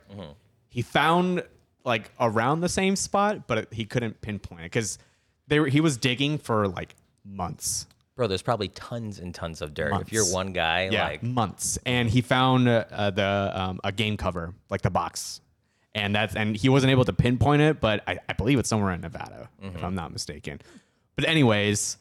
He found like around the same spot, but it, he couldn't pinpoint it because they were, he was digging for like months
bro, there's probably tons and tons of dirt. If you're
Months.
one guy,
yeah,
like
months. And he found uh, uh, the um, a game cover, like the box, and that's and he wasn't able to pinpoint it, but I, I believe it's somewhere in Nevada, if
Mm-hmm.
I'm not mistaken. But anyways,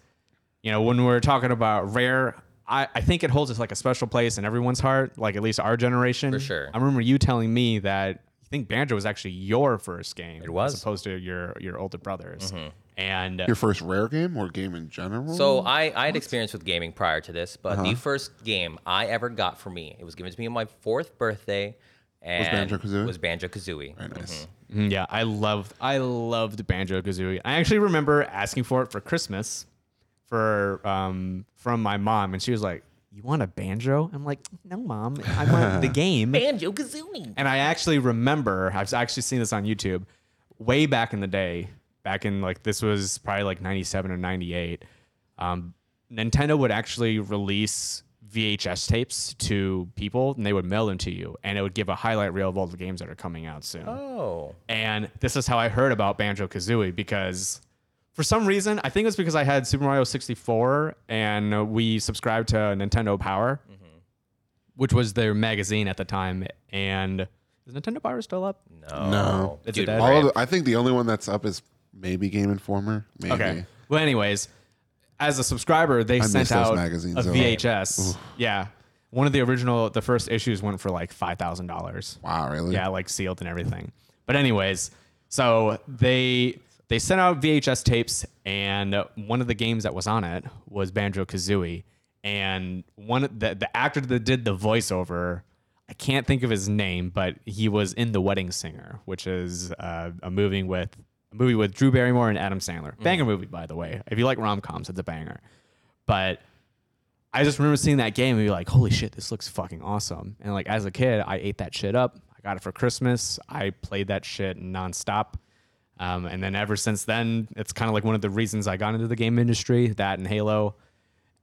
you know, when we're talking about rare. I, I think it holds us like a special place in everyone's heart, like at least our generation. For
sure.
I remember you telling me that you think Banjo was actually your first game. It
was. Mm-hmm.
as opposed to your your older brother's. And uh,
Your first rare game or game in general?
So I, I had experience with gaming prior to this, but the first game I ever got for me, it was given to me on my fourth birthday. And
Banjo-Kazooie?
Was Banjo Kazooie.
Very nice.
Mm, Yeah, I loved I loved Banjo Kazooie. I actually remember asking for it for Christmas for um from my mom, and she was like, "You want a banjo?" I'm like, "No, mom, I want the game."
Banjo Kazooie.
And I actually remember I've actually seen this on YouTube way back in the day, back in like this was probably like '97 or '98. Um, Nintendo would actually release VHS tapes to people, and they would mail them to you, and it would give a highlight reel of all the games that are coming out soon.
Oh.
And this is how I heard about Banjo Kazooie because for some reason, I think it was because I had Super Mario 64 and uh, we subscribed to Nintendo Power, which was their magazine at the time. And is Nintendo Power still up?
No.
No.
It's
Dude,
a dead-
All of the, I think the only one that's up is maybe Game Informer. Maybe.
Okay. Well, anyways, as a subscriber, they
miss
sent
those
out
magazines,
a
though.
VHS. Yeah. One of the original, the first issues went for like $5,000.
Wow, really?
Yeah, like sealed and everything. But anyways, so they they sent out VHS tapes, and one of the games that was on it was Banjo Kazooie, and one of the the actor that did the voiceover. I can't think of his name, but he was in The Wedding Singer, which is uh, a movie with a movie with Drew Barrymore and Adam Sandler. Banger movie, by the way. If you like rom coms, it's a banger. But I just remember seeing that game and be like, holy shit, this looks fucking awesome. And like as a kid, I ate that shit up. I got it for Christmas. I played that shit nonstop. Um, and then ever since then, it's kind of like one of the reasons I got into the game industry, that and Halo.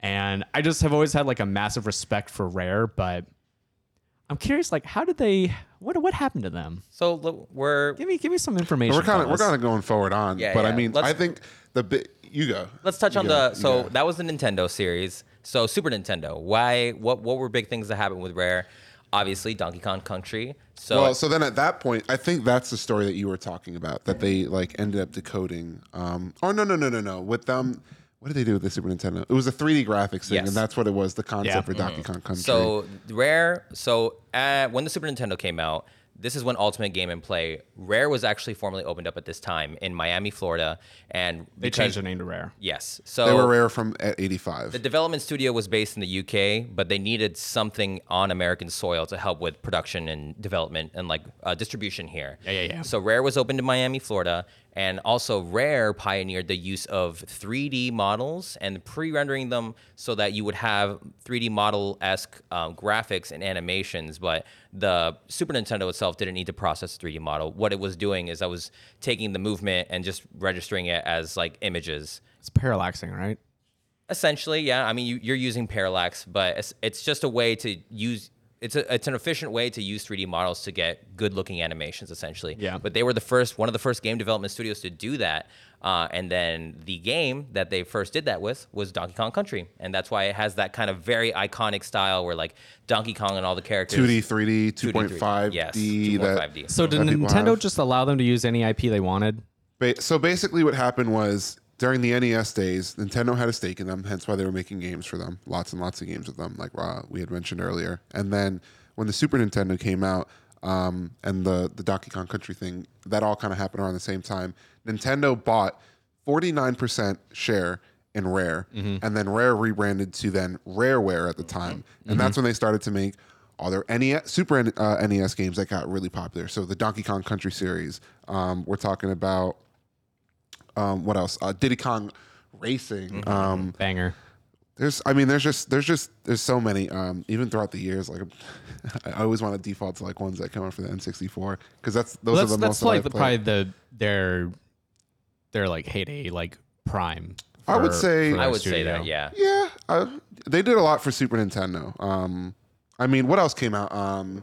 And I just have always had like a massive respect for Rare, but I'm curious, like, how did they what what happened to them?
So look, we're
Give me give me some information.
We're kind of we're
fellas.
kind of going forward on,
Yeah,
but I
yeah.
mean,
Let's-
I think the bit you go.
let's touch
You
on
go,
the
you
so
go.
that was the Nintendo series. So Super Nintendo. Why? What? What were big things that happened with Rare? Obviously, Donkey Kong Country. So
Well, so then at that point, I think that's the story that you were talking about that they like ended up decoding. Um, oh no, no, no, no, no. With them, What did they do with the Super Nintendo? It was a 3D graphics thing,
Yes.
and that's what it was. The concept
Yeah.
for Donkey Kong
Mm-hmm.
Country.
So Rare. So uh, when the Super Nintendo came out, this is when Ultimate Game and Play Rare was actually formally opened up at this time in Miami, Florida, and
They changed the name to Rare.
Yes. So
they were rare from at 85.
oh, The development studio was based in the UK, but they needed something on American soil to help with production and development and like uh, distribution here.
Yeah, yeah, yeah.
So Rare was opened in Miami, Florida, and also Rare pioneered the use of 3D models and pre-rendering them so that you would have 3D model-esque um, graphics and animations. But the Super Nintendo itself didn't need to process the 3D model. What it was doing is I was taking the movement and just registering it as like images.
It's parallaxing, right?
Essentially, yeah. I mean, you, you're using parallax, but it's, it's just a way to use. It's a, it's an efficient way to use 3D models to get good looking animations, essentially.
Yeah.
But they were the first, one of the first game development studios to do that. Uh, and then the game that they first did that with was Donkey Kong Country, and that's why it has that kind of very iconic style where like Donkey Kong and all the characters.
2D, 3D, 2.5D.
Yes.
2.5D.
2.5D.
So did
That people
Nintendo
have.
just allow them to use any IP they wanted?
Ba- so basically, what happened was during the NES days, Nintendo had a stake in them, hence why they were making games for them, lots and lots of games of them, like uh, we had mentioned earlier. And then when the Super Nintendo came out um, and the the Donkey Kong Country thing, that all kind of happened around the same time. Nintendo bought forty nine percent share in Rare, and then Rare rebranded to then Rareware at the time, and that's when they started to make all their NES, Super uh, NES games that got really popular. So the Donkey Kong Country series, um, we're talking about um, what else? Uh, Diddy Kong Racing.
Mm-hmm.
Um,
Banger.
there's, I mean, there's just, there's just, there's so many. Um, even throughout the years, like I always want to default to like ones that come out for the N64 because that's those
that's
are the
that's
most that
like
I've
the, probably
played.
the their their like heyday, like prime.
I would
for-
say-
for
I
their
would say
studio.
that, yeah.
Yeah, I, they did a lot for Super Nintendo. Um, I mean, what else came out? Um,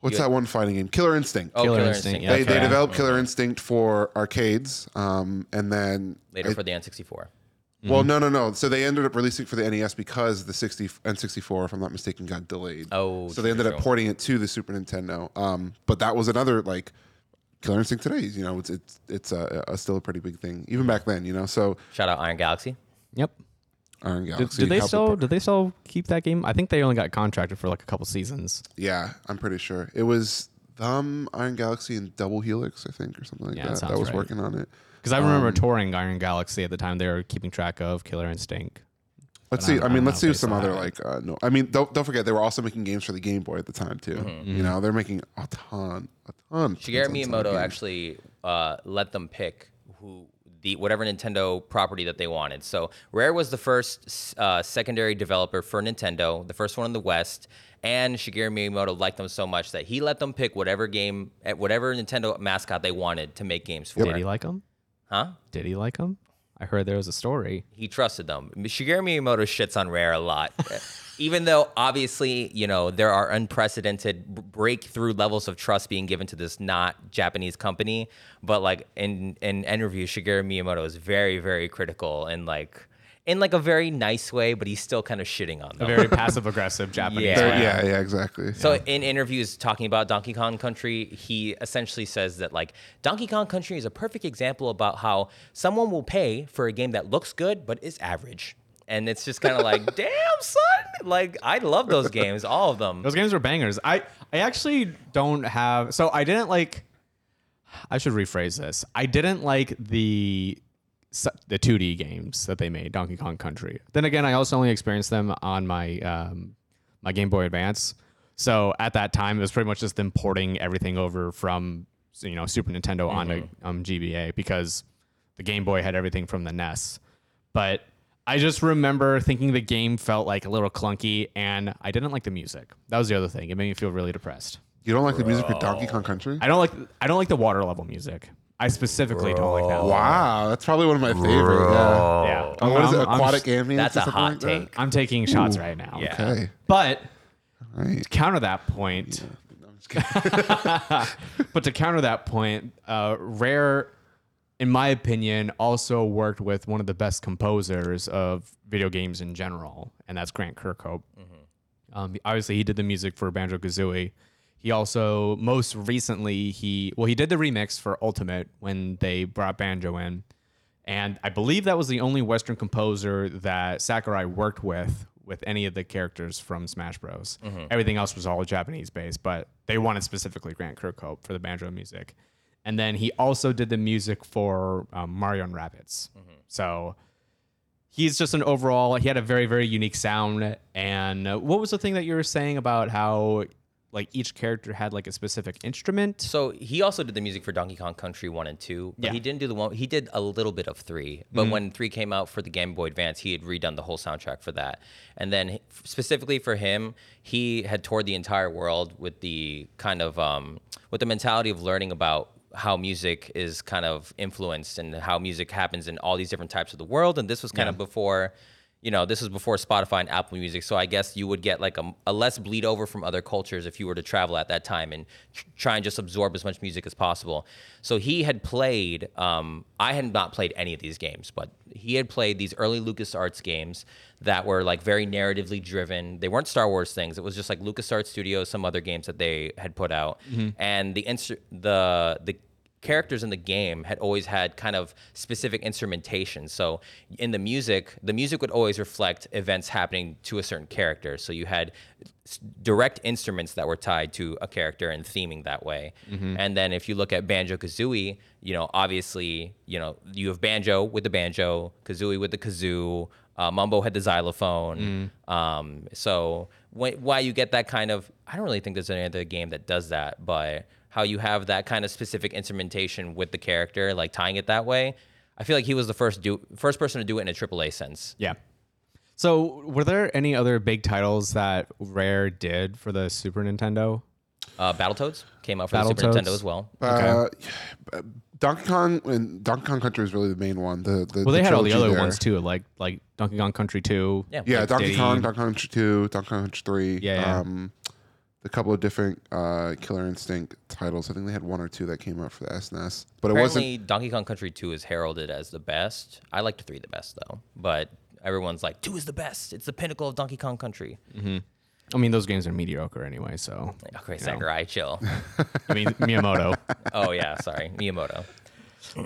what's that one fighting game? Killer Instinct.
Oh,
Killer Instinct, yeah,
they,
okay.
they developed Killer Instinct for arcades, um, and then
later for the N64.
Well,
Mm-hmm.
no, no, no. So they ended up releasing it for the NES because the 60 N64, if I'm not mistaken, got delayed.
Oh,
so they ended up porting it to the Super Nintendo. Um, but that was another like Killer Instinct today. You know, it's it's it's a, a still a pretty big thing even back then. You know, so
Shout out Iron Galaxy.
Yep.
Iron
Did,
Galaxy.
did they
helped
still?
it-
Did they still keep that game? I think they only got contracted for like a couple seasons.
Yeah, I'm pretty sure it was them, Iron Galaxy, and Double Helix, I think, or something like
Yeah, that
that. That
sounds
was
right.
working on it.
Because I
Um,
remember touring Iron Galaxy at the time. They were keeping track of Killer Instinct.
Let's
But I
see.
don't-
I
I don't
mean, let's
know
see
if they
some
still
other
have
like uh, no. I mean, don't don't forget they were also making games for the Game Boy at the time too.
Mm-hmm.
You know, they're making a ton, a ton.
Shigeru
tons, tons of
Miyamoto
games.
actually uh, let them pick who the whatever Nintendo property that they wanted. So Rare was the first uh, secondary developer for Nintendo, the first one in the West, and Shigeru Miyamoto liked them so much that he let them pick whatever game, at whatever Nintendo mascot they wanted to make games for.
Did he like them?
Huh?
Did he like them? I heard there was a story.
he trusted them. Shigeru Miyamoto shits on Rare a lot. Even though obviously, you know, there are unprecedented b- breakthrough levels of trust being given to this not Japanese company, but like in in interviews, Shigeru Miyamoto is very very critical and like in like a very nice way, but he's still kind of shitting on them.
Very passive aggressive Japanese.
Yeah.
They're-
guy.
yeah, yeah, exactly.
So in interviews talking about Donkey Kong Country, he essentially says that like Donkey Kong Country is a perfect example about how someone will pay for a game that looks good but is average. And it's just kind of like, damn son, like I love those games, all of them.
Those games were bangers. I I actually don't have so I didn't like I should rephrase this. I didn't like the s- the 2D games that they made, Donkey Kong Country. Then again, I also only experienced them on my um, my Game Boy Advance. So at that time, it was pretty much just them porting everything over from you know Super Nintendo onto um, GBA because the Game Boy had everything from the E NES. But I just remember thinking the game felt like a little clunky, and I didn't like the music. That was the other thing. It made me feel really depressed.
You don't like the music for Donkey Kong Country?
I don't like I don't like the water level music. I specifically don't like that.
wow, that's probably one of my favorite. Yeah.
Yeah.
Oh, what is it?
I'm- I'm
Aquatic
s-
ambience.
That's
or
a
something
hot
like that?
take.
I'm taking shots right now.
Yeah.
Okay.
But
All right.
to counter that point, but to counter that point, uh, Rare, in my opinion, also worked with one of the best composers of video games in general, and that's Grant Kirkhope. Um, obviously, he did the music for Banjo Kazooie. He also, most recently, he well, he did the remix for Ultimate when they brought Banjo in, And I believe that was the only Western composer that Sakurai worked with with any of the characters from Smash Bros. Everything else was all Japanese based, but they wanted specifically Grant Kirkhope for the banjo music. And then he also did the music for um, Mario and Rabbits. So he's just an overall he had a very very unique sound and uh, what was the thing that you were saying about how like each character had like a specific instrument
So he also did the music for Donkey Kong Country one and two, but
Yeah.
he didn't do the one. He did a little bit of three, but when three came out for the Game Boy Advance, he had redone the whole soundtrack for that. And then h- specifically for him, he had toured the entire world with the kind of um, with the mentality of learning about how music is kind of influenced and how music happens in all these different types of the world. And this was kind of before you know, this was before Spotify and Apple Music, so I guess you would get like a, a less bleed over from other cultures if you were to travel at that time and tr- try and just absorb as much music as possible. So he had played, um, I had not played any of these games, but he had played these early LucasArts games that were like very narratively driven. They weren't Star Wars things, it was just like LucasArts Studios, some other games that they had put out. And the, instru- the, the, characters in the game had always had kind of specific instrumentation. So in the music, the music would always reflect events happening to a certain character. So you had s- direct instruments that were tied to a character and theming that way. And then if you look at Banjo Kazooie, you know, obviously, you know, you have banjo with the banjo, kazooie with the kazoo, uh, Mumbo had the xylophone. Um, so wh- why you get that kind of, I don't really think there's any other game that does that, but how you have that kind of specific instrumentation with the character, like tying it that way. I feel like he was the first do first person to do it in a AAA sense.
yeah so were there any other big titles that rare did for the super nintendo
Uh, Battletoads came out for the Super
Battletoads.
Nintendo as well.
Uh, yeah, Donkey Kong and Donkey Kong Country is really the main one. The, the
well they
the
had all the
trilogy
other
there.
ones too like like donkey kong country 2
Yeah.
Yeah, Donkey
Diddy.
Kong, Donkey Kong Country Two, Donkey Kong Country Three.
Yeah, yeah.
Um, a couple of different uh, Killer Instinct titles. I think they had one or two that came out for the SNES, but it wasn't.
Apparently, Donkey Kong Country 2 is heralded as the best. I liked 3 the best, though. But everyone's like, 2 is the best. It's the pinnacle of Donkey Kong Country.
i mean those games are mediocre anyway so
Okay, Sakurai, chill.
i mean miyamoto
oh, yeah, sorry. Miyamoto.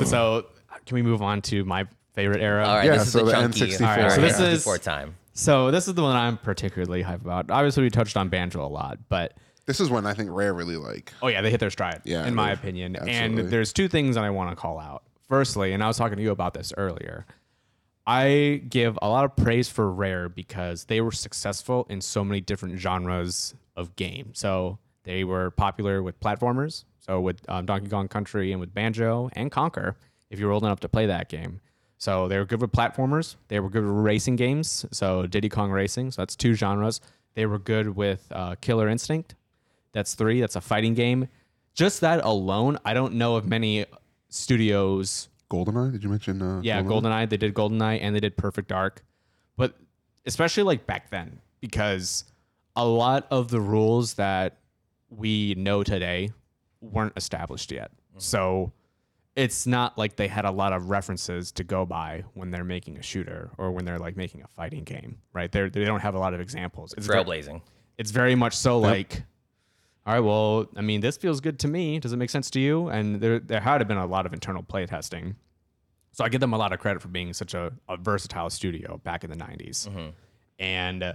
so can we move on to my favorite era
All right,
Yeah,
this
so
is
the
a chunky.
N64.
all right,
So this is-
N64 time.
so this is the one i'm particularly hyped about obviously we touched on banjo a lot but
This is one I think Rare really like.
Oh yeah, they hit their stride.
Yeah,
in my
they-
opinion.
absolutely.
And there's two things that I want to call out. Firstly, and I was talking to you about this earlier. I give a lot of praise for Rare because they were successful in so many different genres of game. So they were popular with platformers, so with um, Donkey Kong Country and with Banjo and Conquer, if you were old enough to play that game. So they were good with platformers. They were good with racing games, so Diddy Kong Racing. So that's two genres. They were good with uh, Killer Instinct. That's three. That's a fighting game. Just that alone, I don't know of many studios
Goldeneye? Did you mention? Uh,
yeah, GoldenEye. They did GoldenEye and they did Perfect Dark, but especially like back then because a lot of the rules that we know today weren't established yet. So it's not like they had a lot of references to go by when they're making a shooter or when they're like making a fighting game, right? They're, they don't have a lot of examples. It's very,
Trailblazing.
it's very much so like, all right, well, I mean, this feels good to me. Does it make sense to you? And there, there had been a lot of internal play testing. So I give them a lot of credit for being such a, a versatile studio back in the 90s. And uh,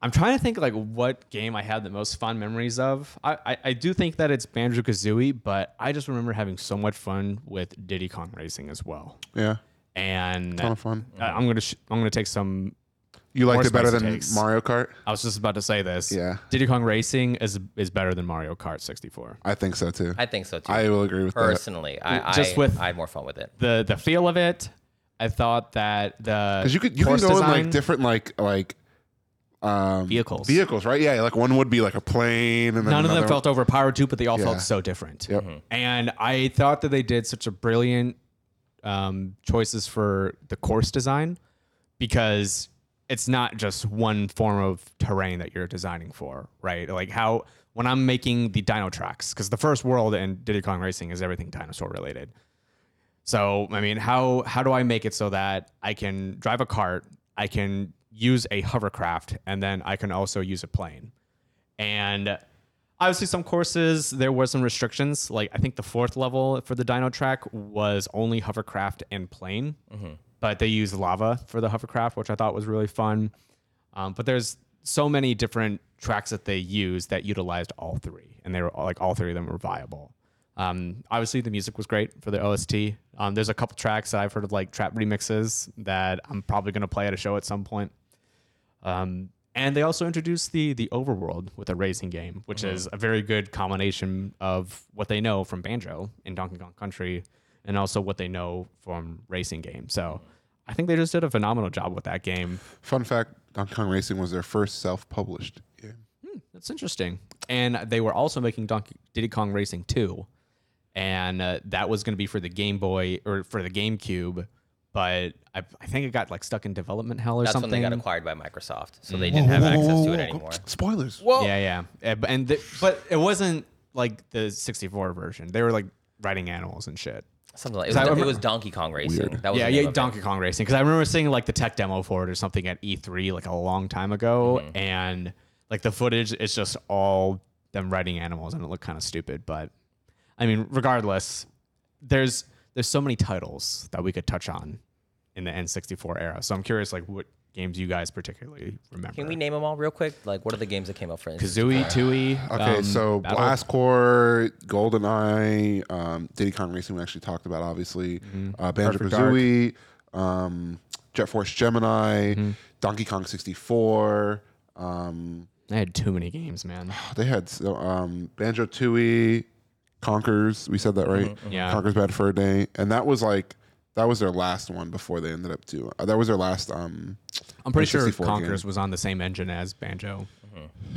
I'm trying to think like what game I had the most fond memories of. I, I, I do think that it's Banjo Kazooie, but I just remember having so much fun with Diddy Kong Racing as well.
Yeah,
And
ton of fun.
I- I'm gonna sh- I'm gonna take some
You liked
More
it better
spicy
than
takes.
Mario Kart?
I was just about to say this.
Yeah.
Diddy Kong Racing is is better than Mario Kart 64.
I think so too.
I think so, too.
I uh, will agree with that.
Personally, I,
Just
I,
with-
I had more fun with it.
The the feel of it, I thought that the
Because you could you can
course
go in
design-
like different like like um,
Vehicles.
vehicles, right? Yeah, like one would be like a plane, and then
None of them
another-
felt overpowered too, but they all
Yeah.
felt so different.
Yep.
And I thought that they did such a brilliant um, choices for the course design because it's not just one form of terrain that you're designing for, right? Like how when I'm making the dino tracks, because the first world in Diddy Kong Racing is everything dinosaur related. So I mean, how how do I make it so that I can drive a cart, I can use a hovercraft, and then I can also use a plane? And obviously some courses there were some restrictions. Like I think the fourth level for the Dino track was only hovercraft and plane, but they used lava for the hovercraft, which I thought was really fun. Um, but there's so many different tracks that they used that utilized all three, and they were all, like all three of them were viable. Um, obviously, the music was great for the OST. Um, there's a couple tracks that I've heard of like trap remixes that I'm probably gonna play at a show at some point. Um, and they also introduced the the overworld with a racing game, which is a very good combination of what they know from banjo in Donkey Kong Country, and also what they know from racing games. So I think they just did a phenomenal job with that game.
Fun fact Donkey Kong Racing was their first self published game.
That's interesting. And they were also making Donkey Diddy Kong Racing 2. And uh, that was going to be for the Game Boy or for the GameCube, but I, I think it got like stuck in development hell or
That's
something.
when they got acquired by Microsoft, so they didn't have access
Oh,
Oh,
to it anymore.
Spoilers.
Yeah, yeah. Eh, but- And th- but it wasn't like the 64 version. They were like riding animals and shit.
Something like
I
it was, it
remember-
was Donkey Kong Racing. That was
Yeah,
the name
yeah,
of it.
Donkey Kong Racing. Because I remember seeing like the tech demo for it or something at E3 like a long time ago,
Mm-hmm.
and like the footage is just all them riding animals, and it looked kind of stupid. But I mean, regardless, there's there's so many titles that we could touch on in the N64 era. So I'm curious, like what games you guys particularly remember?
Can we name them all real quick? Like, what are the games that came up for? instance?
Kazooie, Tui.
Okay,
um,
so
Battle-
Blast Core, GoldenEye, um, Diddy Kong Racing, we actually talked about, obviously. Uh, Banjo
Mm-hmm. Perfect Dark. Mm-hmm.
Kazooie, um, Jet Force Gemini, Donkey Kong 64. Um,
I had too many games, man.
they had so, um, Banjo Tooie, Conkers. We said that right?
Mm-hmm.
Yeah.
Conkers Bad Fur Day. And that was like, that was their last one before they ended up to. Uh, that was their last. Um,
I'm pretty sure
N64 game.
Conker's was on the same engine as Banjo.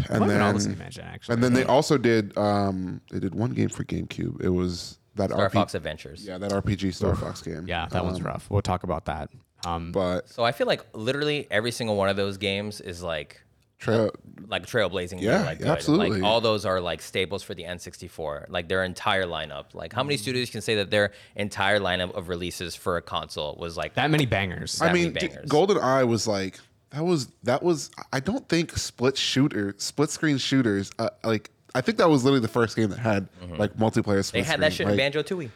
and
They're all the
then,
same engine, actually.
and then they also did, um, they did one game for GameCube. It was that
Star
RP
Fox Adventures.
Yeah, that RPG Star Fox game.
Yeah, that
Um,
one's rough. We'll talk about that. Um,
But
So I feel like literally every single one of those games is like
tra-
like trailblazing.
Yeah,
like
yeah,
good.
absolutely.
Like all those are like staples for the N64. Like their entire lineup. Like how
Mm.
many studios can say that their entire lineup of releases for a console was like
that many bangers.
I
many
mean, d-
bangers.
Golden Eye was like that was that was I don't think split shooter split screen shooters uh, like I think that was literally the first game that had like multiplayer.
Mm-hmm. they
Split
had that shit
screen,
in
like-
Banjo Tooie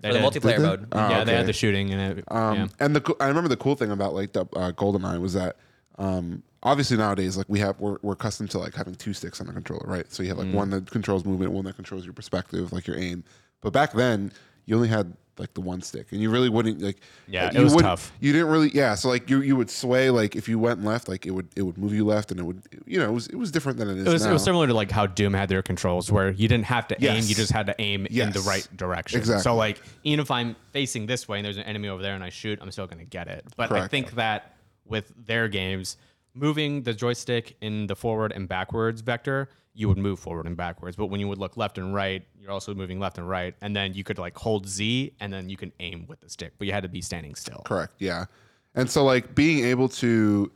They
for the
did.
multiplayer
they?
mode.
Oh,
yeah, they Uh,
okay.
had the shooting and it.
Um,
yeah.
And the co- I remember the cool thing about like the uh, GoldenEye was that um, obviously nowadays like we have we're, we're accustomed to like having two sticks on the controller, right? So you have
Mm.
like one that controls movement, one that controls your perspective, like your aim. But back then, you only had like the one stick, and you really wouldn't like.
Yeah, it
you
was
wouldn't-
tough.
You didn't really, yeah. So like you you would sway like if you went left, like it would it would move you left, and it would you know it was it was different than it is
It was,
now.
it was similar to like how Doom had their controls, where you didn't have to aim,
Yes.
you just had to aim in the
Yes.
right direction.
Exactly.
So like, even if I'm facing this way and there's an enemy over there and I shoot, I'm still gonna get it. But I
Correct.
think that with their games, moving the joystick in the forward and backwards vector, you would move forward and backwards. But when you would look left and right, you're also moving left and right, and then you could like hold Z, and then you can aim with the stick, but you had to be standing still.
Correct. Yeah. And so like being able to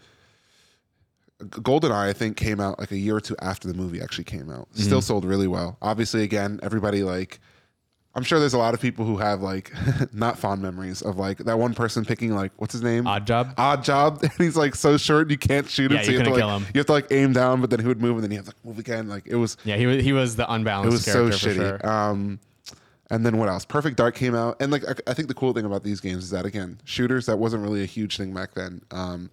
GoldenEye, I think, came out like a year or two after the movie actually came out.
Mm-hmm.
Still sold really well. Obviously, again, everybody like I'm sure there's a lot of people who have like not fond memories of like that one person picking like what's his name?
Odd job.
Odd job. And he's like so short you can't shoot him.
Yeah,
so
you
have to,
couldn't
like,
kill him.
You have to like aim down, but then he would move and then you have to like move again. Like it was
Yeah, he was he was the unbalanced.
it was so
character for
shitty.
Sure.
Um, and then what else? Perfect Dark came out, and like I, I think the cool thing about these games is that again, shooters that wasn't really a huge thing back then. Um,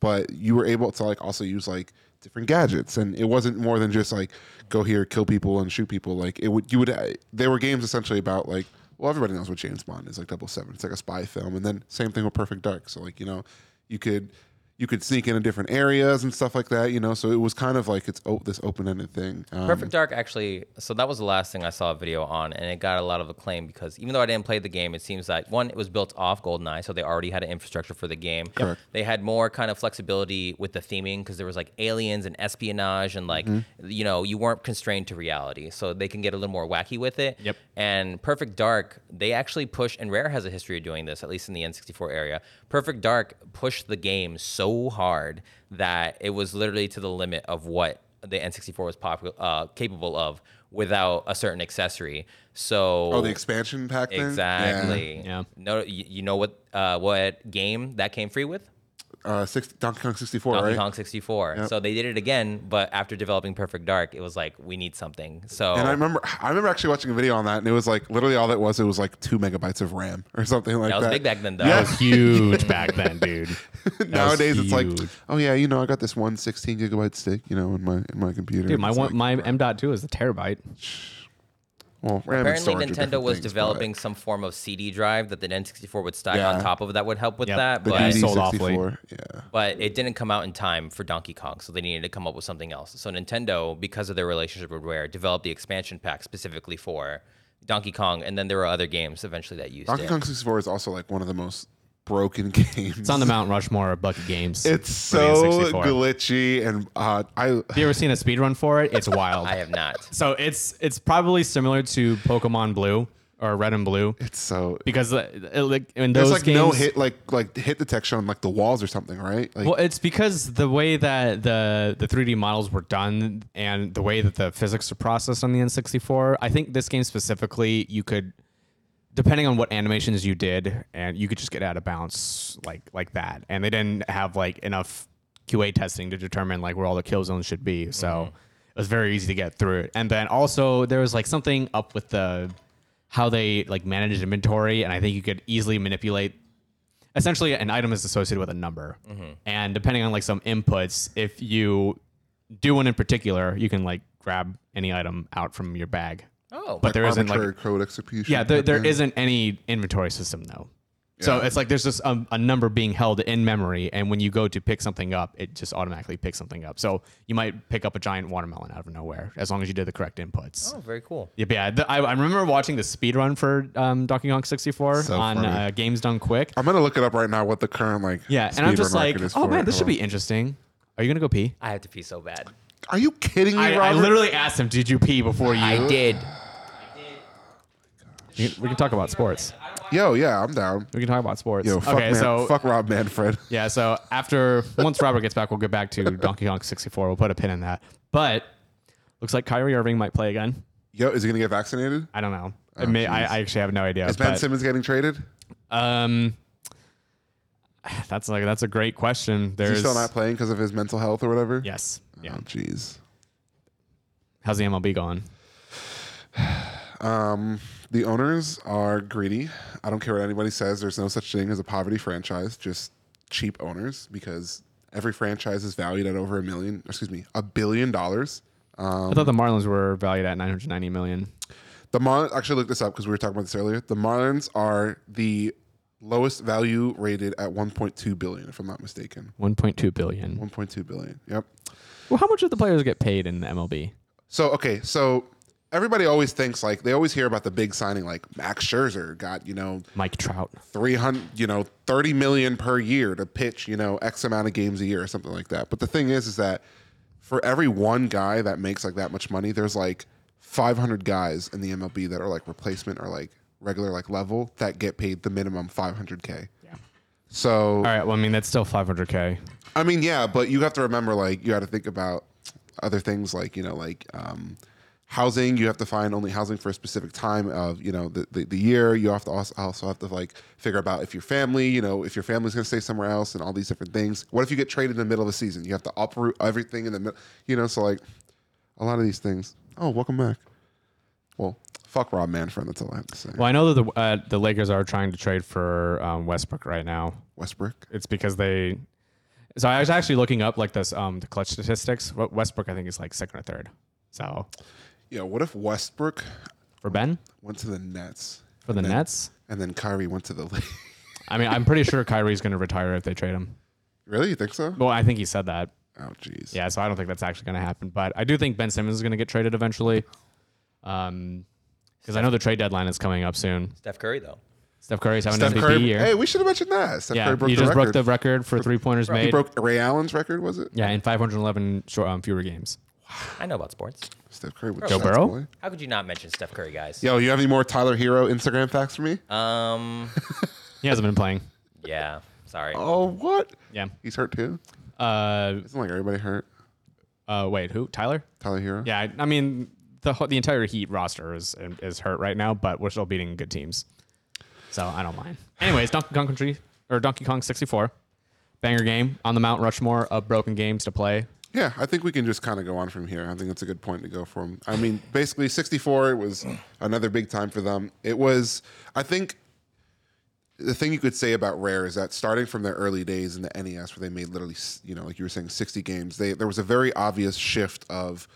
but you were able to like also use like different gadgets, and it wasn't more than just like go here, kill people, and shoot people. Like it would, you would. uh, There were games essentially about like. Well, everybody knows what James Bond is like. Double Seven. It's like a spy film, and then same thing with Perfect Dark. So like you know, you could you could sneak into different areas and stuff like that. You know, so it was kind of like it's o- this open ended thing. Um,
Perfect Dark actually, so that was the last thing I saw a video on, and it got a lot of acclaim because even though I didn't play the game, it seems like one, it was built off GoldenEye, so they already had an infrastructure for the game.
Correct.
They had more kind of flexibility with the theming because there was like aliens and espionage, and like,
Mm-hmm.
you know, you weren't constrained to reality, so they can get a little more wacky with it.
Yep.
And Perfect Dark, they actually push, and Rare has a history of doing this, at least in the N64 area. Perfect Dark pushed the game so hard that it was literally to the limit of what the N64 was popu- uh, capable of without a certain accessory. So
Oh, the expansion pack thing?
exactly.
Yeah.
No, you, you know what? Uh, what game that came free with?
Yeah. uh, six, Donkey Kong 64,
Donkey
right?
Kong 64. So they did it again, but after developing Perfect Dark, it was like we need something. So
And I remember, I remember actually watching a video on that, and it was like literally all that was. It was like two megabytes of RAM or something like that.
that was big back then, though.
Yeah.
That was huge back then, dude. That was
Nowadays, it's like,
huge.
oh yeah, you know, I got this one 16 gigabyte stick, you know, in my in my computer.
dude, my
It's
one,
like,
my M dot two is a terabyte.
well, RAM and
Apparently,
storage are
Nintendo
different
was
things, but
developing some form of CD drive that the N64 would stack
Yeah.
on top of. That would help with
Yep.
that,
the
But-
but
DVD. sold off late.
DD64, yeah.
but it didn't come out in time for Donkey Kong, so they needed to come up with something else. So Nintendo, because of their relationship with Rare, developed the expansion pack specifically for Donkey Kong, and then there were other games eventually that used
Donkey
it.
Kong 64 is also like one of the most broken games.
It's on the Mount Rushmore of bucket games.
It's
for the
so
N64.
glitchy, and uh, I
Have you ever seen a speed run for it? It's wild.
I have not.
so it's it's probably similar to Pokemon Blue or Red and Blue
it's so
because uh, it, like in those
there's like
games,
no hit like like hit detection on like the walls or something, right? Like
Well, it's because the way that the the 3D models were done and the way that the physics are processed on the N64. I think this game specifically, you could, depending on what animations you did, and you could just get out of bounds like like that. And they didn't have like enough QA testing to determine like where all the kill zones should be. So it was very easy to get through it. And then also there was like something up with the how they like managed inventory, and I think you could easily manipulate essentially an item is associated with a number
Mm-hmm.
and depending on like some inputs if you do one in particular you can like grab any item out from your bag
Oh,
but there isn't
arbitrary
like
code execution.
yeah there, there isn't any inventory system though so it's like there's just a, a number being held in memory and when you go to pick something up it just automatically picks something up so you might pick up a giant watermelon out of nowhere as long as you did the correct inputs
oh, very cool.
Yep, yeah, the, I, I remember watching the speed run for um, Donkey Kong 64
So
on
funny.
uh, Games Done Quick,
I'm gonna look it up right now. What the current like?
yeah, and I'm
speedrun
just like,
record is
oh
for
man,
it.
this should
Hold
be interesting. Are you gonna go pee?
I have to pee so bad.
on. Are you kidding me,
I, I
Robert?
literally asked him, did you pee before you?
I did.
You can- we can talk about sports.
Yo, yeah, I'm down.
We can talk about sports.
Yo, fuck,
okay,
man,
so
fuck Rob Manfred.
yeah, so after once Robert gets back, we'll get back to Donkey Kong 64. We'll put a pin in that. But looks like Kyrie Irving might play again.
Yo, is he gonna get vaccinated?
I don't know. I, may, I, I actually have no idea.
Oh, Is Ben
but,
Simmons getting traded?
um, that's like that's a great question. There's
He's still not playing because of his mental health or whatever.
yes, yeah.
Oh, jeez.
How's the MLB going?
The owners are greedy. I don't care what anybody says. There's no such thing as a poverty franchise, just cheap owners because every franchise is valued at over a million, excuse me, a billion dollars.
I thought the Marlins were valued at 990 million.
The Marlins, actually looked this up because we were talking about this earlier. The Marlins are the lowest value rated at 1.2 billion, if I'm not mistaken.
1.2 billion.
1.2 billion. Yep.
Well, how much do the players get paid in the MLB?
So okay, so everybody always thinks like they always hear about the big signing, like Max Scherzer got you know
Mike Trout.
three hundred, you know thirty million per year to pitch, you know X amount of games a year or something like that. But the thing is, is that for every one guy that makes like that much money, there's like five hundred guys in the MLB that are like replacement or like regular like level that get paid the minimum five hundred k. So
All right. Well, I mean, that's still 500K.
I mean, yeah, but you have to remember, like, you got to think about other things, like you know, like um, housing. You have to find only housing for a specific time of you know the, the, the year. You have to also, also have to like figure about if your family, you know, if your family's going to stay somewhere else, and all these different things. What if you get traded in the middle of the season? You have to uproot everything in the middle, you know. So like, a lot of these things. Oh, welcome back. Well, fuck Rob Manfred. That's all I have to say.
Well, I know that the, uh, the Lakers are trying to trade for um, Westbrook right now.
Westbrook.
It's because they. So I was actually looking up like this, um, the clutch statistics. What Westbrook, I think, is like second or third. So
Yeah. What if Westbrook
for Ben,
went to the Nets
for the Nets,
and then Kyrie went to the Lakers?
I mean, I'm pretty sure Kyrie's going to retire if they trade him.
Really? You think so?
Well, I think he said that.
Oh, jeez.
Yeah. So I don't think that's actually going to happen. But I do think Ben Simmons is going to get traded eventually. Um, because I know the trade deadline is coming up soon.
Steph Curry though.
Steph Curry's having
Steph
an MVP
Curry.
year.
Hey, we should have mentioned that. Steph
yeah,
Curry broke
you
the
just
record.
broke the record for three pointers
he
made.
broke Ray Allen's record, was it?
Yeah, in 511 short, um, fewer games.
I know about sports.
Steph Curry with
Joe
shots,
Burrow?
boy.
How could you not mention Steph Curry, guys?
Yo, you have any more Tyler Hero Instagram facts for me?
Uh,
Um.
He hasn't been playing.
Yeah. Sorry.
oh, what?
Yeah.
He's hurt too.
Uh,
Isn't like everybody hurt?
uh, wait, who? Tyler?
Tyler Hero.
Yeah, I, I mean the whole- the entire Heat roster is um, is hurt right now, but we're still beating good teams, so I don't mind. Anyways, Donkey Kong Country or Donkey Kong 64. banger game on the Mount Rushmore of broken games to play.
Yeah, I think we can just kind of go on from here. I think that's a good point to go from. I mean, basically, 64 was another big time for them. It was, I think, the thing you could say about Rare is that starting from their early days in the NES, where they made literally, s- you know, like you were saying, 60 games, they there was a very obvious shift of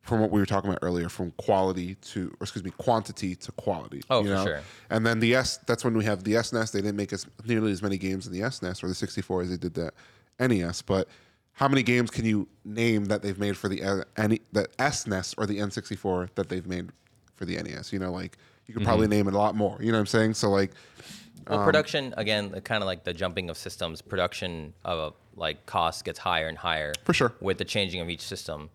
from what we were talking about earlier, from quality to, or excuse me, quantity to quality.
Oh,
you
for
know?
sure.
And then the S, that's when we have the SNES. They didn't make as nearly as many games in the SNES or the 64 as they did the NES. But how many games can you name that they've made for the uh, any the SNES or the N64 that they've made for the NES? You know, like you could probably
Mm-hmm.
name it a lot more. You know what I'm saying? So like,
Well,
Um,
production again, kind of like the jumping of systems. Production of like cost gets higher and higher
For sure.
with the changing of each system,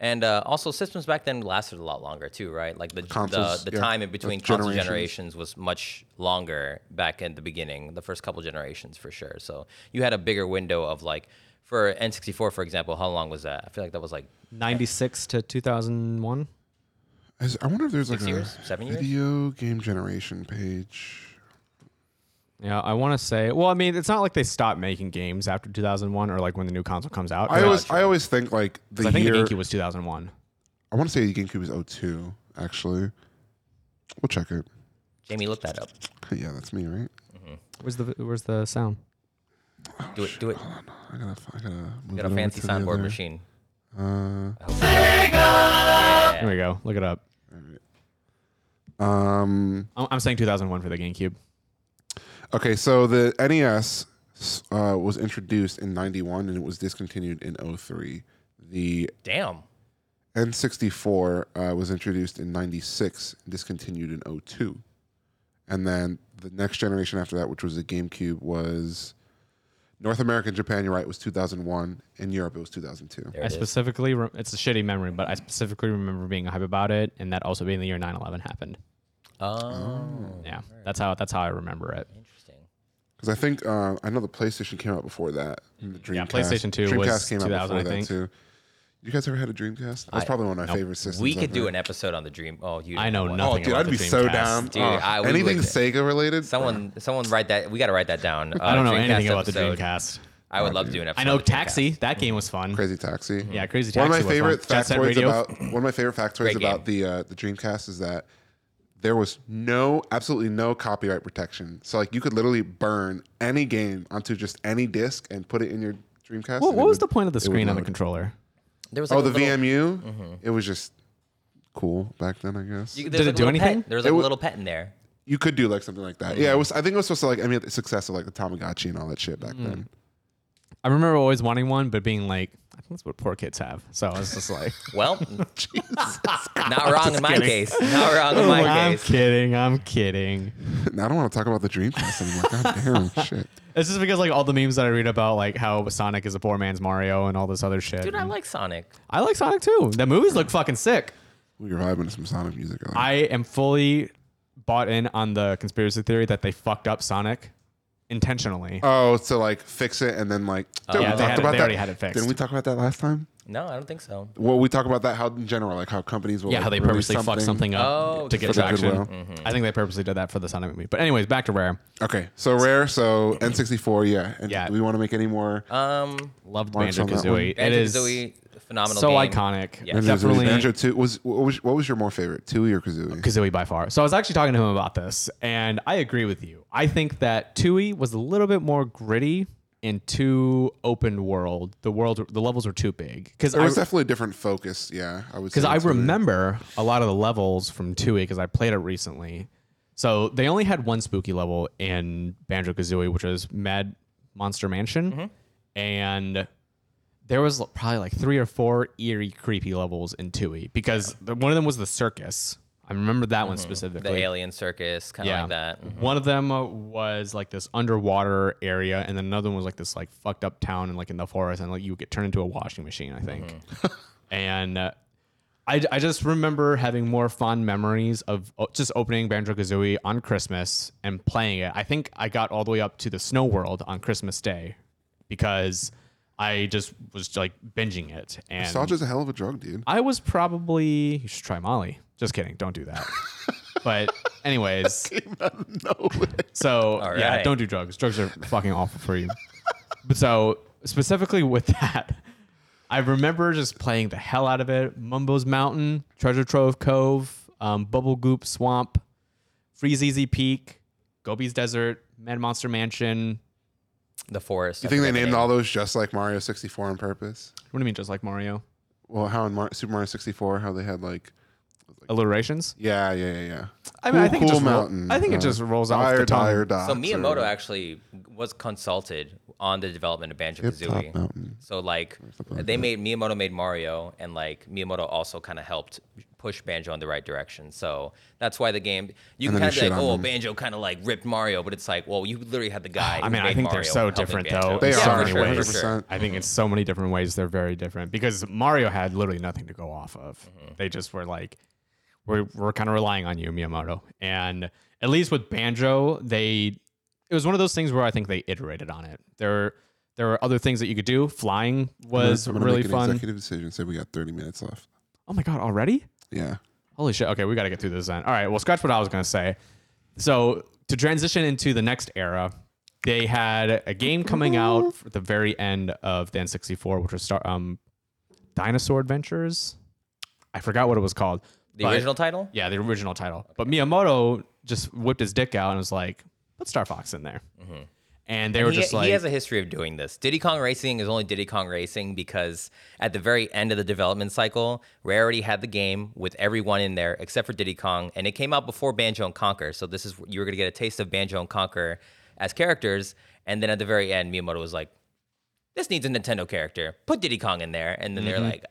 and uh, also systems back then lasted a lot longer too, right? Like the
Consoles,
the, the
yeah.
time in between
Like
console
generations.
generations was much longer back in the beginning, the first couple generations for sure. So you had a bigger window of like for N64, for example, how long was that? I feel like that was like
96 to 2001.
is- I wonder if there's like
Six
a
years? Seven years?
video game generation page.
Yeah, I want to say. Well, I mean, it's not like they stopped making games after 2001 or like when the new console comes out.
I always I always think like the
'Cause I think
year.
the GameCube was 2001.
I want to say the GameCube is 02, actually. We'll check it.
Jamie, look that up.
Yeah, that's me, right?
Where's the Where's the sound?
Do it, do it.
I gotta, I gotta move it
Got a
over
fancy
to the
soundboard
other-
machine.
Uh,
There we go. Look it up.
Um.
I'm I'm saying 2001 for the GameCube.
Okay, so the NES uh, was introduced in '91 and it was discontinued in 03. The
Damn.
N64 uh, was introduced in '96, discontinued in 02. And then the next generation after that, which was the GameCube, was North America and Japan. You're right, was 2001. In Europe, it was 2002.
There
I
it is.
specifically, re- it's a shitty memory, but I specifically remember being hype about it, and that also being the year 9/11 happened.
oh,
Yeah, that's how that's how I remember it.
interesting.
Because I think uh, I know the PlayStation came out before that. and The Dreamcast.
Yeah, PlayStation 2 was 2000, I think.
too. You guys ever had a Dreamcast? That's
I-
probably one of my favorite systems.
We could
I've
do
had.
an episode on the dream. Oh, you.
I know
what-
nothing.
Dude,
about
I'd
the
be so
Dreamcast.
down.
Dude,
Oh,
I- we
anything
would-
Sega related?
Someone, someone write that. We got to write that down.
I don't
Uh,
know anything
Dreamcast
about the
episode.
Dreamcast.
I would love to do an episode.
I know
on the Dreamcast.
Taxi. That game was fun.
Crazy Taxi.
Yeah, Crazy Taxi.
One of my
was fun.
favorite
Jet Set
factoids
Radio.
about one of my favorite factoids
Great
about the uh, the Dreamcast is that there was no absolutely no copyright protection. So like you could literally burn any game onto just any disc and put it in your Dreamcast.
What,
and
what
it
was
would-
the point of the
it would
screen on the
load.
controller?
There was like
Oh,
a
the
little-
VMU. It was just cool back then, I guess.
You,
Did it do anything?
There's
It
like a
wa-
little pet in there.
You could do like something like that. Yeah, it was. I think it was supposed to like. I mean, the success of like the Tamagotchi and all that shit back then.
I remember always wanting one, but being like, I think that's what poor kids have. So I was just like,
Well, not wrong in my case. Not wrong in my
I'm
case.
kidding, I'm kidding.
Now I don't want to talk about the Dreamcast anymore. God damn shit.
It's just because like all the memes that I read about like how Sonic is a poor man's Mario and all this other shit.
Dude, I like Sonic.
I like Sonic too. The movies look fucking sick.
We were vibing to some Sonic music. earlier.
I am fully bought in on the conspiracy theory that they fucked up Sonic intentionally.
oh, to like fix it and then like. Didn't
Oh, Yeah,
we
they
talk
had it-
about
they
that?
already had it fixed.
Didn't we talk about that last time?
No, I don't think so.
Well, we talk about that how in general, like how companies will.
yeah,
like,
how they
release
purposely fucked something up
Oh, Mm-hmm.
to
just
get
for the
traction.
goodwill.
I think they purposely did that for the Sonic movie. But anyways, back to Rare.
Okay, so rare. So N64, yeah. And
Yeah. Uh,
Do we want to make any more?
Um,
Loved
Marks
Banjo
on that
Kazooie. It is
Banjo-Kazooie, phenomenal.
so
game.
iconic.
Yeah.
Banjo-Kazooie.
Definitely
Banjo Two was what was what was your more favorite, Tui or Kazooie?
Kazooie by far. So I was actually talking to him about this, and I agree with you. I think that Tui was a little bit more gritty and too open world. The world, the levels were too big. Because
There was
I,
definitely a different focus. Yeah, I would.
because
say
I
Tui.
remember a lot of the levels from Tui because I played it recently. So they only had one spooky level in Banjo Kazooie, which was Mad Monster Mansion, and there was l- probably like three or four eerie, creepy levels in Tui because the, one of them was the circus. I remember that one
The
specifically.
alien circus, kind of like that. Mm-hmm.
One of them uh, was like this underwater area, and then another one was like this like fucked up town and like in the forest, and like you would get turned into a washing machine, I think.
Mm-hmm.
and uh, I, I just remember having more fond memories of o- just opening Banjo Kazooie on Christmas and playing it. I think I got all the way up to the Snow World on Christmas Day because I just was like binging it. And
Nostalgia's a hell of a drug, dude.
I was probably you should try Molly. Just kidding, don't do that. but anyways,
no way.
so yeah,
right.
don't do drugs. Drugs are fucking awful for you. But so specifically with that, I remember just playing the hell out of it. Mumbo's Mountain, Treasure Trove Cove, um, Bubble Goop Swamp, Freeze Easy Peak, Gobi's Desert, Mad Monster Mansion.
The forest.
You think they named all those just like Mario 64 on purpose?
What do you mean, just like Mario?
Well, how in Mar- Super Mario 64, how they had like,
Alliterations?
yeah, yeah, yeah, yeah.
I mean, I
Cool-
think it just
Cool
roll-
Mountain,
I think
uh,
it just rolls off
Dire
the tongue.
Dire Docks
So
or
Miyamoto
whatever.
actually was consulted on the development of Banjo
Top
Kazooie.
Mountain.
So like they made Miyamoto made Mario, and like Miyamoto also kind of helped push Banjo in the right direction. So that's why the game you can
then
kind of
they
be
shit
like,
on
oh,
them.
Banjo kind of like ripped Mario, but it's like, well, you literally had the guy.
I
who
mean, I
made
think they're
Mario
so
helping
different
Banjo.
though.
They
in
are,
so
for
many
sure, for
ways.
sure.
100%.
I think in so many different ways they're very different because Mario had literally nothing to go off of. They just were like, we're we're kind of relying on you, Miyamoto. And at least with Banjo, they it was one of those things where I think they iterated on it. There there were other things that you could do. Flying was
I'm gonna
really
make an
fun.
Executive decision. Say we got 30 minutes left.
Oh my god, already?
Yeah.
Holy shit. Okay, we got to get through this then. All right, well, scratch what I was going to say. So, to transition into the next era, they had a game coming
Mm-hmm.
out at the very end of the N64, which was Star, um, Dinosaur Adventures. I forgot what it was called.
The
but-
original title.
Yeah, the original title. But Miyamoto just whipped his dick out and was like, put Star Fox in there. And they were
He,
just like,
he has a history of doing this. Diddy Kong Racing is only Diddy Kong Racing because at the very end of the development cycle, Rarity had the game with everyone in there except for Diddy Kong, and it came out before Banjo and Conker. So this is you were gonna get a taste of Banjo and Conker as characters, and then at the very end, Miyamoto was like, "This needs a Nintendo character. Put Diddy Kong in there," and then they're like,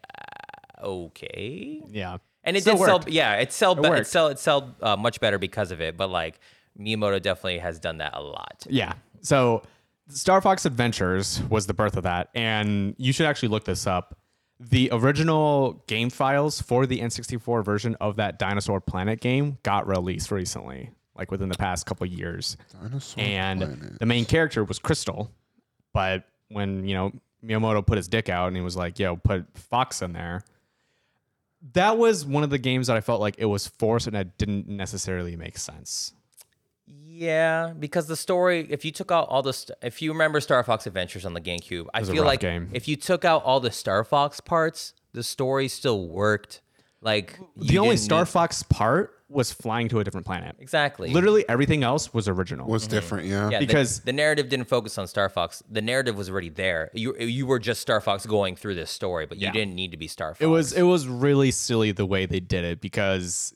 uh, "Okay."
yeah.
And it
Mm-hmm. Still
did sell,
worked.
yeah, it sell, be- it
worked.
sell, it sell uh, much better because of it. But like Miyamoto definitely has done that a lot.
Yeah. So Star Fox Adventures was the birth of that, and you should actually look this up. The original game files for the N64 version of that Dinosaur Planet game got released recently, like within the past couple years.
Dinosaur
And
Planet.
the main character was Crystal, but when, you know, Miyamoto put his dick out and he was like, yo, put Fox in there. That was one of the games that I felt like it was forced and it didn't necessarily make sense.
Yeah, because the story, if you took out all the, st- if you remember Star Fox Adventures on the GameCube, I
was a
feel
rough
like
game.
if you took out all the Star Fox parts, the story still worked. Like
the only Star Fox part was flying to a different planet.
exactly.
Literally everything else was original.
was different. Yeah.
Yeah, the-
because-
the, narrative didn't focus on Star Fox. The narrative was already there. You you were just Star Fox going through this story, but you didn't need to be Star Fox.
it was it was really silly the way they did it because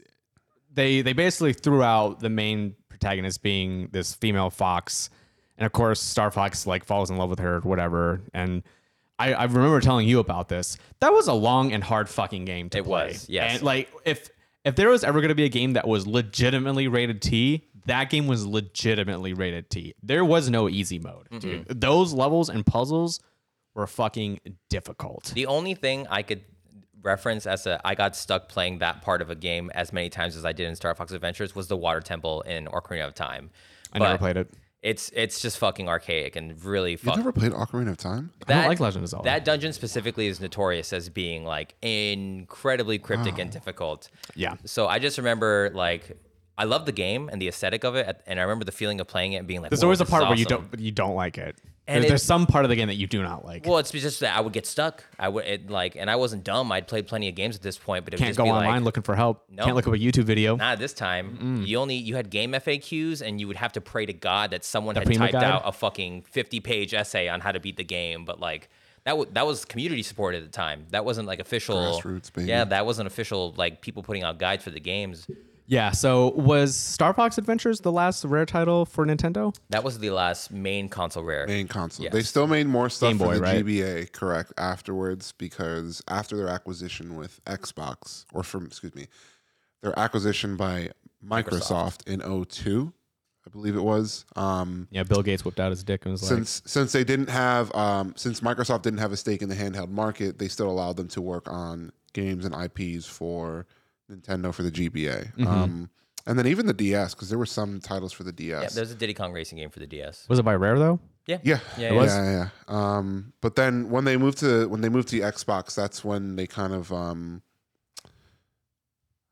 they they basically threw out the main protagonist being this female fox, and of course Star Fox like falls in love with her or whatever. And I, I remember telling you about this. That was a long and hard fucking game to
It
play.
was, yes.
And like if if there was ever going to be a game that was legitimately rated T, that game was legitimately rated T. There was no easy mode. dude.
Mm-hmm.
Those levels and puzzles were fucking difficult.
The only thing I could reference as a I got stuck playing that part of a game as many times as I did in Star Fox Adventures was the Water Temple in Ocarina of Time.
I never played it.
It's it's just fucking archaic and really
You
fuck.
never played Ocarina of Time?
I don't like Legend of Zelda.
That dungeon specifically is notorious as being like incredibly cryptic
Ah.
and difficult.
Yeah.
So I just remember like I love the game and the aesthetic of it, at- and I remember the feeling of playing it and being like,
There's
"Whoa,
always a
this is
part where you
awesome."
don't you don't like it.
And
There's,
it-
there's some part of the game that you do not like.
Well, it's just that I would get stuck. I would it, like, and I wasn't dumb. I'd played plenty of games at this point, but it would
Can't
just
go
be
online
like,
looking for help. Can't look up a YouTube video.
Not this time. You only you had game FAQs, and you would have to pray to God that someone had
Prima
typed
Guide?
out a fucking fifty-page essay on how to beat the game. But like that, w- that was community support at the time. That wasn't like official.
Grassroots, baby.
Yeah, that wasn't official. Like people putting out guides for the games.
Yeah. So was Star Fox Adventures the last rare title for Nintendo?
That was the last main console rare.
Main console.
Yes.
They still made more stuff
Game
for
Boy,
the
right?
GBA, correct, afterwards because after their acquisition with Xbox, or from, excuse me, their acquisition by Microsoft, in 02, I believe it was. Um,
Yeah. Bill Gates whipped out his dick and was like,
since since they didn't have um, since Microsoft didn't have a stake in the handheld market, they still allowed them to work on games and IPs for Nintendo for the GBA,
Mm-hmm.
um, and then even the DS because there were some titles for the
Yeah,
DS. Yeah,
there's a Diddy Kong Racing game for the DS.
"Was it by Rare though?"
Yeah,
yeah,
Yeah,
yeah,
it was.
yeah, yeah. Um, but then when they moved to when they moved to Xbox, that's when they kind of, um,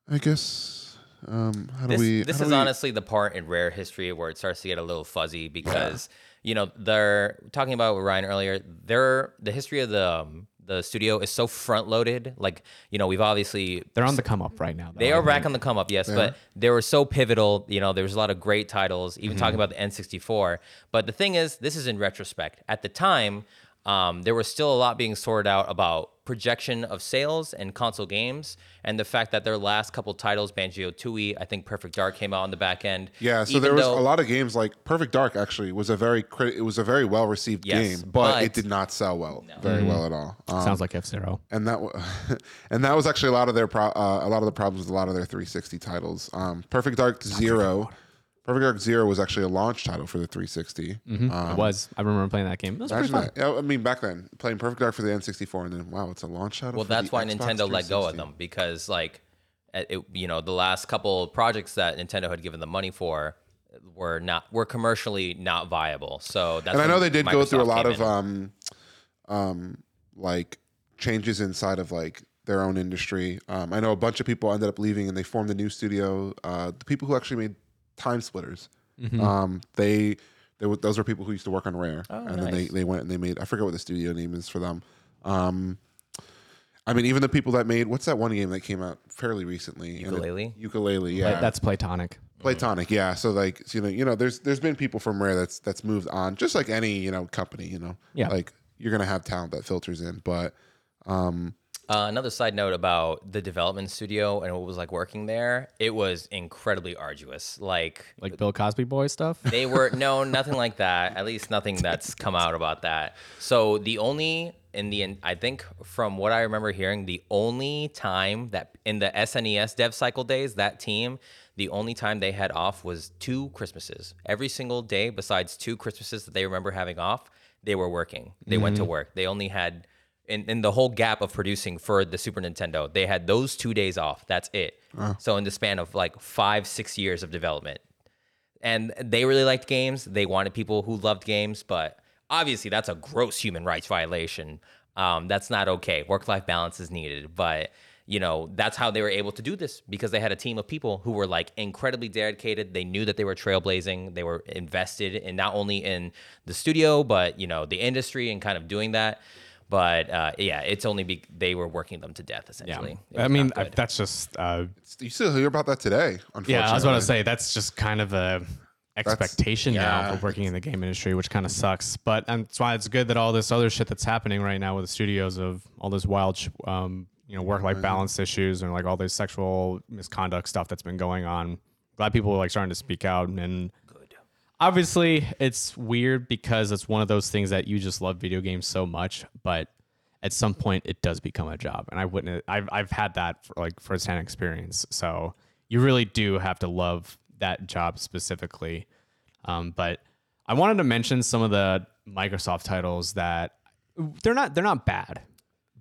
I guess, um, how do
This,
we?
this
how do
is
we-
honestly the part in rare history where it starts to get a little fuzzy because you know, they're talking about with Ryan earlier. They're the history of the um, the studio is so front loaded. Like you know, we've obviously
They're on the come up right now. Though.
they are back on the come up, yes, but they were so pivotal. You know, there was a lot of great titles, even talking
Mm-hmm.
about the N64. But the thing is, this is in retrospect. At the time, um, there was still a lot being sorted out about projection of sales and console games, and the fact that their last couple titles, Banjo Tooie, I think Perfect Dark came out on the back end.
Yeah, so
even
there was
though-
a lot of games like Perfect Dark actually was a very crit- it was a very well received
Yes,
game, but,
but-
it did not sell well, very
Mm-hmm.
well at all. Um,
Sounds like F Zero.
and that wa- and that was actually a lot of their pro- uh, a lot of the problems with a lot of their 360 titles. Um, Perfect Dark Zero, Perfect Dark Zero was actually a launch title for the 360.
it was. I remember playing that game. It was Mm-hmm. pretty
Imagine
fun.
that. Yeah, I mean, back then playing Perfect Dark for the N64, and then wow, it's a launch title.
Well, that's why Nintendo let go of them because, like, uh, it, you know, the last couple of projects that Nintendo had given them money for were not were commercially not viable. So that's
And I know
when
they did go through a
Microsoft
lot
came
of
in.
um, um, like changes inside of like their own industry. Um, I know a bunch of people ended up leaving, and they formed a new studio. Uh, the people who actually made Time Splitters, um, they, they were, those were people who used to work on Rare, and then they
Oh, nice.
they went and they made I forget what the studio name is for them. Um, I mean, even the people that made what's that one game that came out fairly recently? And it-
Ukulele?
ukulele, yeah.
That's platonic.
Platonic, yeah. So like so, you know, you know, there's there's been people from Rare that's that's moved on, just like any you know company, you know,
Yeah.
Like you're gonna have talent that filters in, but
Uh, another side note about the development studio and what was like working there. It was incredibly arduous. Like
Like Bill Cosby boy stuff.
They were no, nothing like that. At least nothing that's come out about that. So the only in the I think from what I remember hearing, the only time that in the SNES dev cycle days, that team, the only time they had off was two Christmases. Every single day besides two Christmases that they remember having off, they were working. They went to work. They only had in, in the whole gap of producing for the Super Nintendo, they had those two days off. That's it. So in the span of like five, six years of development, and they really liked games. They wanted people who loved games, but obviously that's a gross human rights violation. Um, that's not okay. Work life balance is needed, but you know that's how they were able to do this because they had a team of people who were like incredibly dedicated. They knew that they were trailblazing. They were invested in not only in the studio but you know the industry and kind of doing that. But uh, yeah, it's only be- they were working them to death essentially. It was
I mean,
not
I,
good.
that's just. Uh,
it's- you still hear about that today. Unfortunately,
yeah, I was going to say that's just kind of a expectation now
yeah.
for working in the game industry, which kind of sucks. But um, that's why it's good that all this other shit that's happening right now with the studios of all this wild, sh- um, you know, work life
Mm-hmm.
balance issues and like all this sexual misconduct stuff that's been going on. Glad people are like starting to speak out and obviously it's weird because it's one of those things that you just love video games so much but at some point it does become a job and i wouldn't i've, I've had that for like firsthand experience so you really do have to love that job specifically um, but i wanted to mention some of the microsoft titles that they're not they're not bad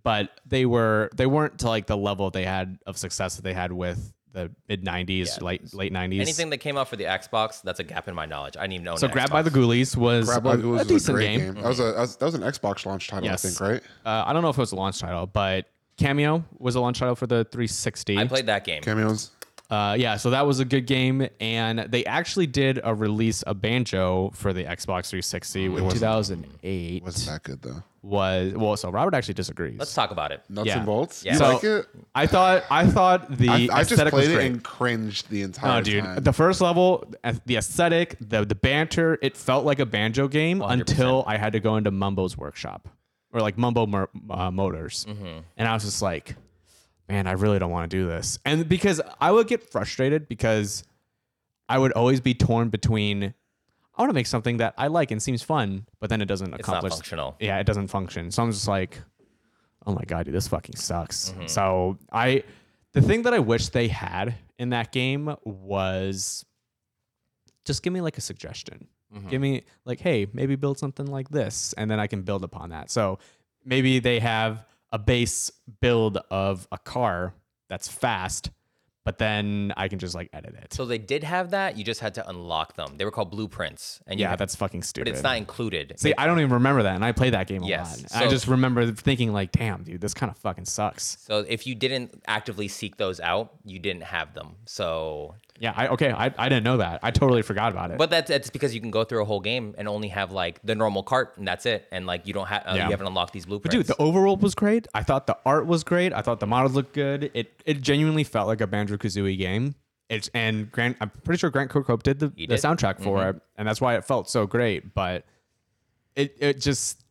but they were they weren't to like the level they had of success that they had with the mid 90s late late 90s
anything that came out for the Xbox, that's a gap in my knowledge. I didn't even know.
so
an
Grab
Xbox.
by the Ghoulies was,
Grab
was
Bug was
a decent
great
game.
That was a that was, that was an Xbox launch title,
Yes.
I think, right?
Uh, I don't know if it was a launch title, but Cameo was a launch title for the 360.
I played that game.
Cameos.
uh, yeah, so that was a good game, and they actually did a release of Banjo for the Xbox 360 in 2008. Was,
Wasn't that good though?
well, so Robert actually disagrees.
Let's talk about it.
Nuts
Yeah.
and bolts.
Yeah.
You
so
like it?
I thought I thought the
I, I just
aesthetic was
played it
great.
and cringed the entire
Oh, dude,
time.
the first level, a- the aesthetic, the the banter, it felt like a banjo game until I had to go into Mumbo's workshop or like Mumbo Mer- uh, Motors,
Mm-hmm.
and I was just like, man, I really don't want to do this, and because I would get frustrated because I would always be torn between. I want to make something that I like and seems fun, but then it doesn't
It's not
accomplish.
functional.
yeah, it doesn't function. So I'm just like, oh my god, dude, this fucking sucks.
Mm-hmm.
So I, the thing that I wish they had in that game was, just give me like a suggestion.
Mm-hmm.
Give me like, hey, maybe build something like this, and then I can build upon that. So maybe they have a base build of a car that's fast, but then I can just like edit it.
So they did have that. You just had to unlock them. They were called blueprints, and you
yeah,
had-
that's fucking stupid.
but it's not included.
See, I don't even remember that, and I played that game a
Yes,
lot. And I
so-
just remember thinking like, "Damn, dude, this kind of fucking sucks."
so if you didn't actively seek those out, you didn't have them. So
Yeah. I, okay. I, I didn't know that. I totally forgot about it.
But that's, that's because you can go through a whole game and only have like the normal cart and that's it. And like you don't have, uh,
Yeah.
you haven't unlocked these blueprints.
But dude, the overworld was great. I thought the art was great. I thought the models looked good. It it genuinely felt like a Banjo Kazooie game. It's and Grant. I'm pretty sure Grant Kirkhope did the, the
did. Mm-hmm.
soundtrack for it, and that's why it felt so great. But it it just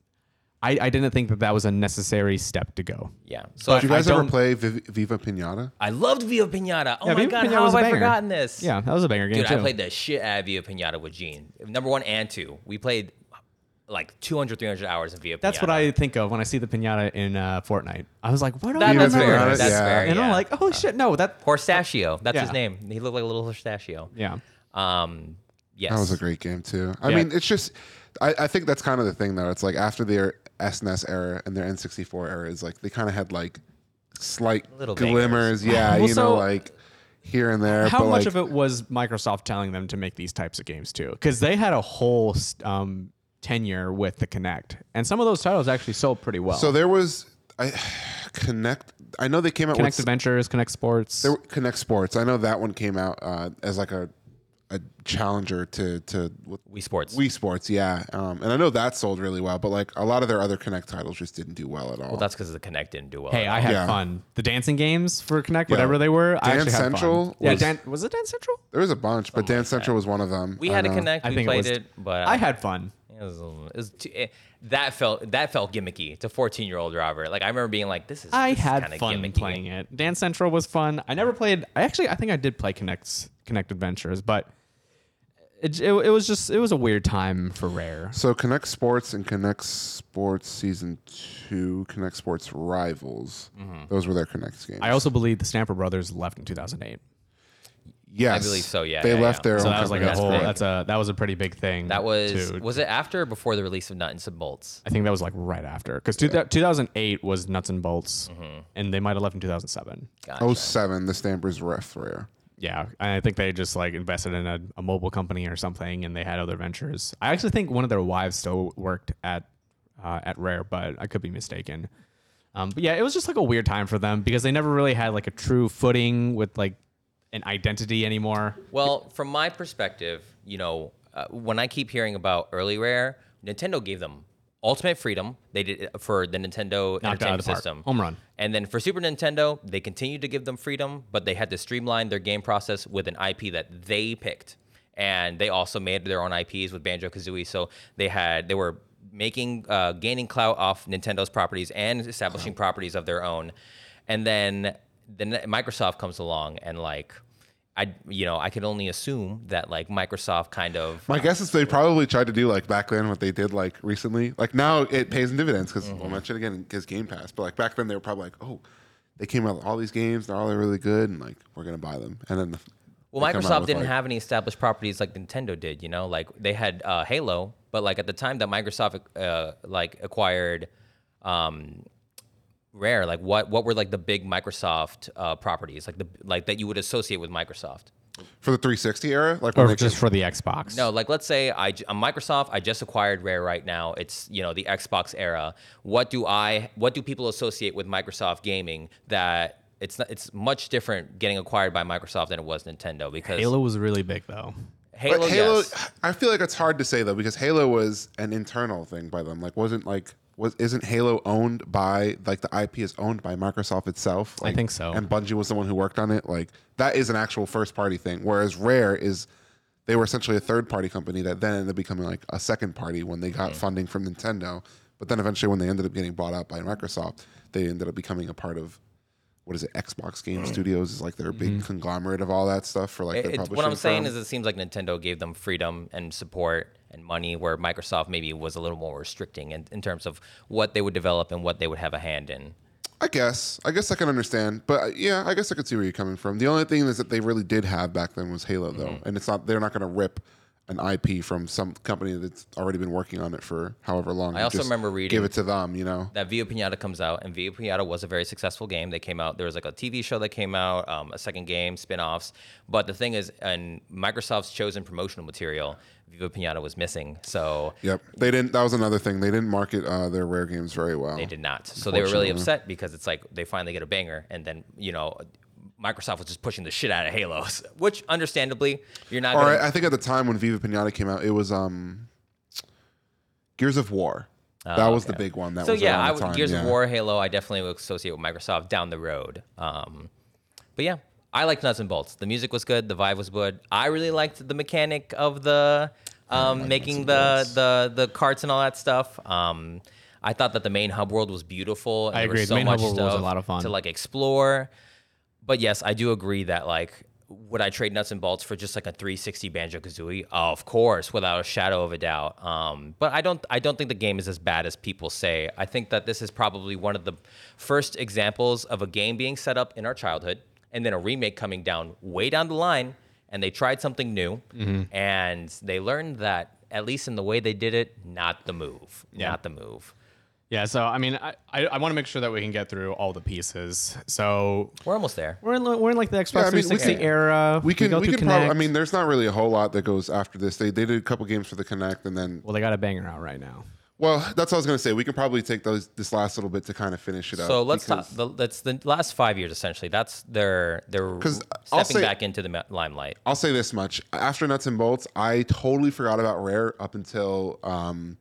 I I didn't think that that was a necessary step to go.
yeah. So
Did you guys
I
ever
don't-
play Viv- Viva Pinata?
I loved Viva Pinata. Oh
Yeah,
my
Viva
God,
Pinata
how
was
have
a
I
banger.
forgotten this?
Yeah, that was a banger game
Dude,
too.
I played the shit out of Via Pinata with Gene. Number one and two. We played like 200, 300 hours of Via Pinata.
that's what I think of when I see the pinata in uh, Fortnite. I was like, what are
That,
we
that's
Viva
doing?
fair.
Pinata,
That's
yeah. Uh,
fair.
And
yeah.
I'm like, oh shit, no, that
Horstachio. That's his
Yeah.
name. He looked like a little Horstachio.
yeah.
Um, yes.
That was a great game too. I
Yeah.
mean, it's just I, I think that's kind of the thing though. It's like after their SNES era and their N64 era is like they kind of had like slight
Little
glimmers, yeah,
Well,
you
so-
know, like here and there.
How
but
much
like,
of it was Microsoft telling them to make these types of games too? Because they had a whole um, tenure with the Kinect, and some of those titles actually sold pretty well.
So there was I Connect. I know they came out
Kinect
with
Adventures, Kinect Sports.
there were Connect Sports. I know that one came out uh, as like a a challenger to to what
Wii Sports.
Wii Sports, yeah, um, and I know that sold really well, but like a lot of their other Connect titles just didn't do well at all.
well, that's because the Connect didn't do well.
hey,
at all.
I had
Yeah.
fun. The dancing games for Kinect, whatever they were, I
Dance
actually had
Central
fun. Yeah,
was-
Dan- was it Dance Central?
There was a bunch, but Dance Central was one of them.
we
I
had to
know.
Connect.
I
we
think it
played
was-
it, but
I had fun.
It was, a little- it was too, it, that felt that felt gimmicky to 14 year old Robert. Like I remember being like, this is
I
this is
had
kinda
fun
gimmicky.
playing it. Dance Central was fun. I never played. I actually, I think I did play Kinect's Kinect Adventures, but it, it, it was just it was a weird time for Rare.
So Connect Sports and Connect Sports Season Two, Connect Sports Rivals.
Mm-hmm.
Those were their Connect games.
I also believe the Stamper Brothers left in 2008.
yes,
I believe so, yeah,
they
yeah,
left
yeah.
their
So
own
that was like a
That's
company.
whole.
big.
That's a that was a pretty big thing.
That was
too.
was it after or before the release of Nut and Some Bolts?
I think that was like right after because 2008 was nuts and bolts,
Mm-hmm.
and they might have left in 2007.
Gotcha.
Oh seven, the Stampers ref rare.
Yeah, and I think they just like invested in a, a mobile company or something, and they had other ventures. I actually think one of their wives still worked at uh, at Rare, but I could be mistaken. Um, but yeah, it was just like a weird time for them because they never really had like a true footing with like an identity anymore.
Well, from my perspective, you know, uh, when I keep hearing about early rare, Nintendo gave them ultimate freedom. They did it for the Nintendo
Knocked it out
Entertainment
of the park.
System.
Home run.
And then for Super Nintendo, they continued to give them freedom, but they had to streamline their game process with an IP that they picked. And they also made their own IPs with Banjo Kazooie. So they had they were making uh, gaining clout off Nintendo's properties and establishing properties of their own. And then then Microsoft comes along and like I you know I could only assume that like Microsoft kind of
My guess is they probably tried to do like back then what they did like recently. Like now it pays in dividends because
Mm-hmm.
we'll mention it again because Game Pass. But like back then they were probably like, oh, they came out with all these games. They're all really good, and like we're gonna buy them. And then the,
Well,
they come out
Microsoft
with,
didn't
like-
have any established properties like Nintendo did. You know, like they had uh, Halo, but like at the time that Microsoft uh, like acquired um, Rare, like what what were like the big Microsoft uh, properties, like the like that you would associate with Microsoft?
for the 360 era. Like when
Or
they
just for the Xbox.
No, like let's say I j- uh, Microsoft, I just acquired Rare right now. It's you know the Xbox era. What do I? What do people associate with Microsoft gaming that? It's, not, it's much different getting acquired by Microsoft than it was Nintendo because Halo,
Halo was really big though.
But
Halo,
Halo,
yes.
I feel like it's hard to say though because Halo was an internal thing by them. Like, wasn't like was isn't Halo owned by like the IP is owned by Microsoft itself? Like,
think so.
And Bungie was the one who worked on it. Like that is an actual first party thing. Whereas Rare is they were essentially a third party company that then ended up becoming like a second party when they
Mm-hmm.
got funding from Nintendo. But then eventually, when they ended up getting bought out by Microsoft, they ended up becoming a part of. What is it? Xbox Game Studios is like their big conglomerate of all that stuff for
Mm. Mm-hmm.
like
It-
their
it's-
publishing.
what I'm saying
firm.
is, it seems like Nintendo gave them freedom and support and money, where Microsoft maybe was a little more restricting in, in terms of what they would develop and what they would have a hand in.
I guess. I guess I can understand. But uh, yeah, I guess I could see where you're coming from. The only thing is that they really did have back then was Halo, though.
Mm-hmm.
And it's not, they're not going to rip an IP from some company that's already been working on it for however long. I
also remember reading-
Give it to them, you know?
That Via Pinata comes out, and Via Pinata was a very successful game. They came out. There was like a TV show that came out, um, a second game, spin-offs. But the thing is, and Microsoft's chosen promotional material, Viva Pinata was missing. So
Yep. They didn't, that was another thing. They didn't market uh, their rare games very well.
They did not. So they were really
Unfortunately.
upset because it's like they finally get a banger, and then you know, Microsoft was just pushing the shit out of Halos, which understandably you're not.
All
gonna,
right, I think at the time when Viva Pinata came out, it was um, Gears of War. That was the big one. That
Oh, so
was
yeah,
around
I
the
would
time,
Gears
yeah.
of War, Halo, I definitely would associate with Microsoft down the road. Um, but yeah, I liked Nuts and Bolts. The music was good, the vibe was good. I really liked the mechanic of the um, making the, the the carts and all that stuff. Um, I thought that the main hub world was beautiful. And
I
there
agree.
Was
The
so
main
much
hub world was a
stuff
lot of fun.
to like explore. But yes, I do agree that like would I trade nuts and bolts for just like a 360 Banjo Kazooie? Of course, without a shadow of a doubt. Um, but I don't I don't think the game is as bad as people say. I think that this is probably one of the first examples of a game being set up in our childhood and then a remake coming down way down the line and they tried something new and they learned that at least in the way they did it, not the move. Not the move.
Yeah, so I mean, I, I, I want to make sure that we can get through all the pieces. So
We're almost there.
we're in, we're in like the Xbox
Yeah, I mean, we
360
can-
era.
We can,
go
we,
through
can probably. I
Kinect.
mean, there's not really a whole lot that goes after this. They they did a couple games for the Connect, and then
well, they got a banger out right now.
well, that's what I was gonna say. We can probably take those this last little bit to kind of finish it up.
So let's
Uh, because-
talk. The, that's the last five years essentially. That's their they're
'Cause I'll
stepping
say-
back into the ma- limelight.
I'll say this much: after Nuts and Bolts, I totally forgot about Rare up until um,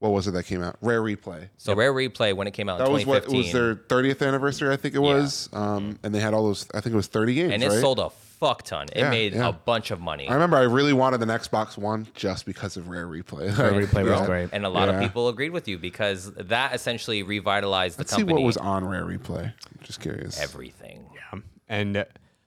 what was it that came out? Rare Replay.
So Rare Replay when it came out
That
in
was what it
2015,
was their 30th anniversary, I think it was. Um, and they had all those. I think it was 30 games.
and it
right?
sold a fuck ton. It
Yeah,
made
yeah.
a bunch of money.
I remember I really wanted an Xbox One just because of Rare Replay. Rare
Replay was great.
And a lot of
Yeah.
people agreed with you because that essentially revitalized the
Let's see
company.
what was on Rare Replay. I'm just curious.
everything.
Um, and uh,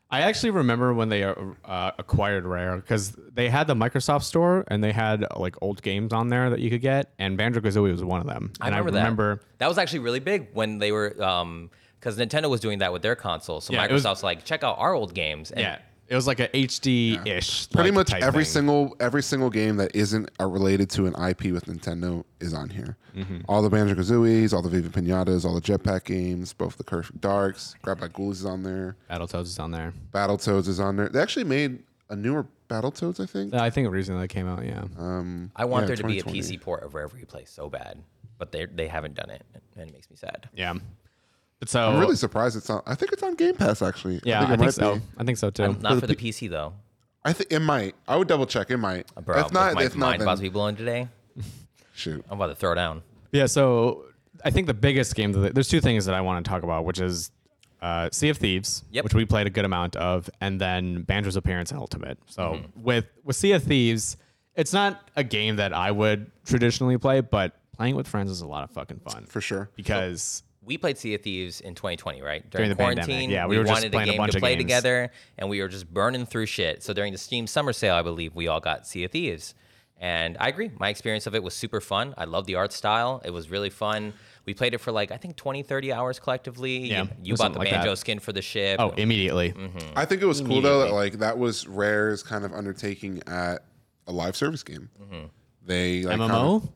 I actually remember when they uh, uh, acquired Rare because they had the Microsoft Store and they had uh, like old games on there that you could get, and Banjo Kazooie was one of them.
I
and
remember,
I remember
that. That was actually really big when they were um because Nintendo was doing that with their console. So
Yeah, it was-
Microsoft's like, check out our old games. And
yeah, it was like a HD ish.
Pretty much every single every single game that isn't uh, related to an IP with Nintendo is on here.
Mm-hmm.
All the Banjo Kazooies, all the Viva Pinatas, all the Jetpack games, both the Perfect Darks, Grab Like Ghouls is on there,
Battletoads is on there.
Battletoads is on there. They actually made a newer Battletoads, I think.
Uh, I think it recently came out. Yeah,
Uh,
I want
Yeah,
there to be a
2020.
PC port of Rare Replay so bad, but they they haven't done it, and it makes me sad.
yeah. But so
I'm really surprised it's on. I think it's on Game Pass actually.
yeah, I
it
think,
might
so.
be.
I think so too.
Not for the PC though.
I think it might. I would double check. It might.
Bro,
if not,
my
if not,
mind
then
about to be blown today.
shoot.
I'm about to throw down.
Yeah, so I think the biggest game that there's two things that I want to talk about, which is uh, Sea of Thieves,
Yep.
which we played a good amount of, and then Banjo's appearance in Ultimate. So
Mm-hmm.
with with Sea of Thieves, it's not a game that I would traditionally play, but playing with friends is a lot of fucking fun
For sure.
because
We played Sea of Thieves in 2020, right?
During the pandemic, yeah, we were just
wanted
playing a
a game
bunch
to
of
play
games.
together, and we were just burning through shit. So during the Steam Summer Sale, I believe we all got Sea of Thieves, and I agree. My experience of it was super fun. I love the art style. It was really fun. We played it for like I think 20, 30 hours collectively. You-
Yeah,
you,
something
bought the
like that.
banjo skin for the ship.
oh, immediately.
Mm-hmm.
I think it was cool though that like that was Rare's kind of undertaking at a live service game.
Mm-hmm.
They like,
MMO.
kinda-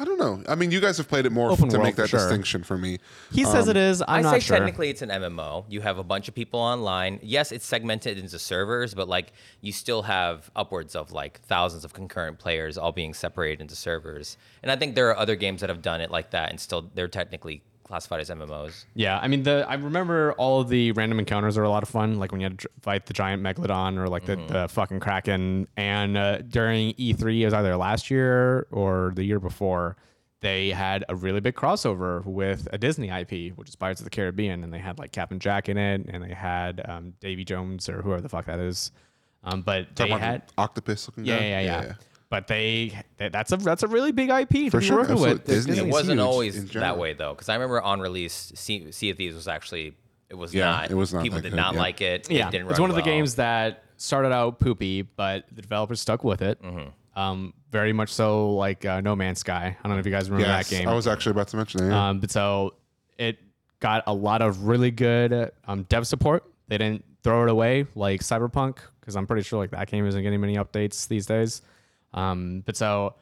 I don't know. I mean, you guys have played it more
Open
to
world,
make that
sure.
distinction for me.
He says it
Um,
is. I'm
I
not
say
sure.
technically it's an MMO. You have a bunch of people online. Yes, it's segmented into servers, but like you still have upwards of like thousands of concurrent players all being separated into servers. And I think there are other games that have done it like that and still they're technically classified as MMOs.
Yeah, I mean the I remember all of the random encounters are a lot of fun. Like when you had to dr- fight the giant megalodon or like the, the fucking kraken. And uh, during E3, it was either last year or the year before. They had a really big crossover with a Disney IP, which is Pirates of the Caribbean, and they had like Captain Jack in it, and they had um, Davy Jones or whoever the fuck that is. Um, but they
Fucking
had
octopus looking
yeah
guy.
yeah, yeah, But they that- that's a that's a really big IP to be
sure,
working with.
absolutely. Disney
It
It's
wasn't
huge in
always
general.
that way though, because I remember on release, sea, sea of Thieves was actually it was
Yeah,
not.
it was not
People
that
did
good,
not
yeah.
like it.
Yeah,
it didn't
it's
run
one of the
well.
games that started out poopy, but the developers stuck with it.
Mm-hmm.
Um, very much so, like uh, No Man's Sky. I don't know if you guys remember
Yes,
that
Oh,
game.
I was actually about to mention it. yeah.
um, but so it got a lot of really good um, dev support. They didn't throw it away like Cyberpunk, because I'm pretty sure like that game isn't getting many updates these days. Um, but so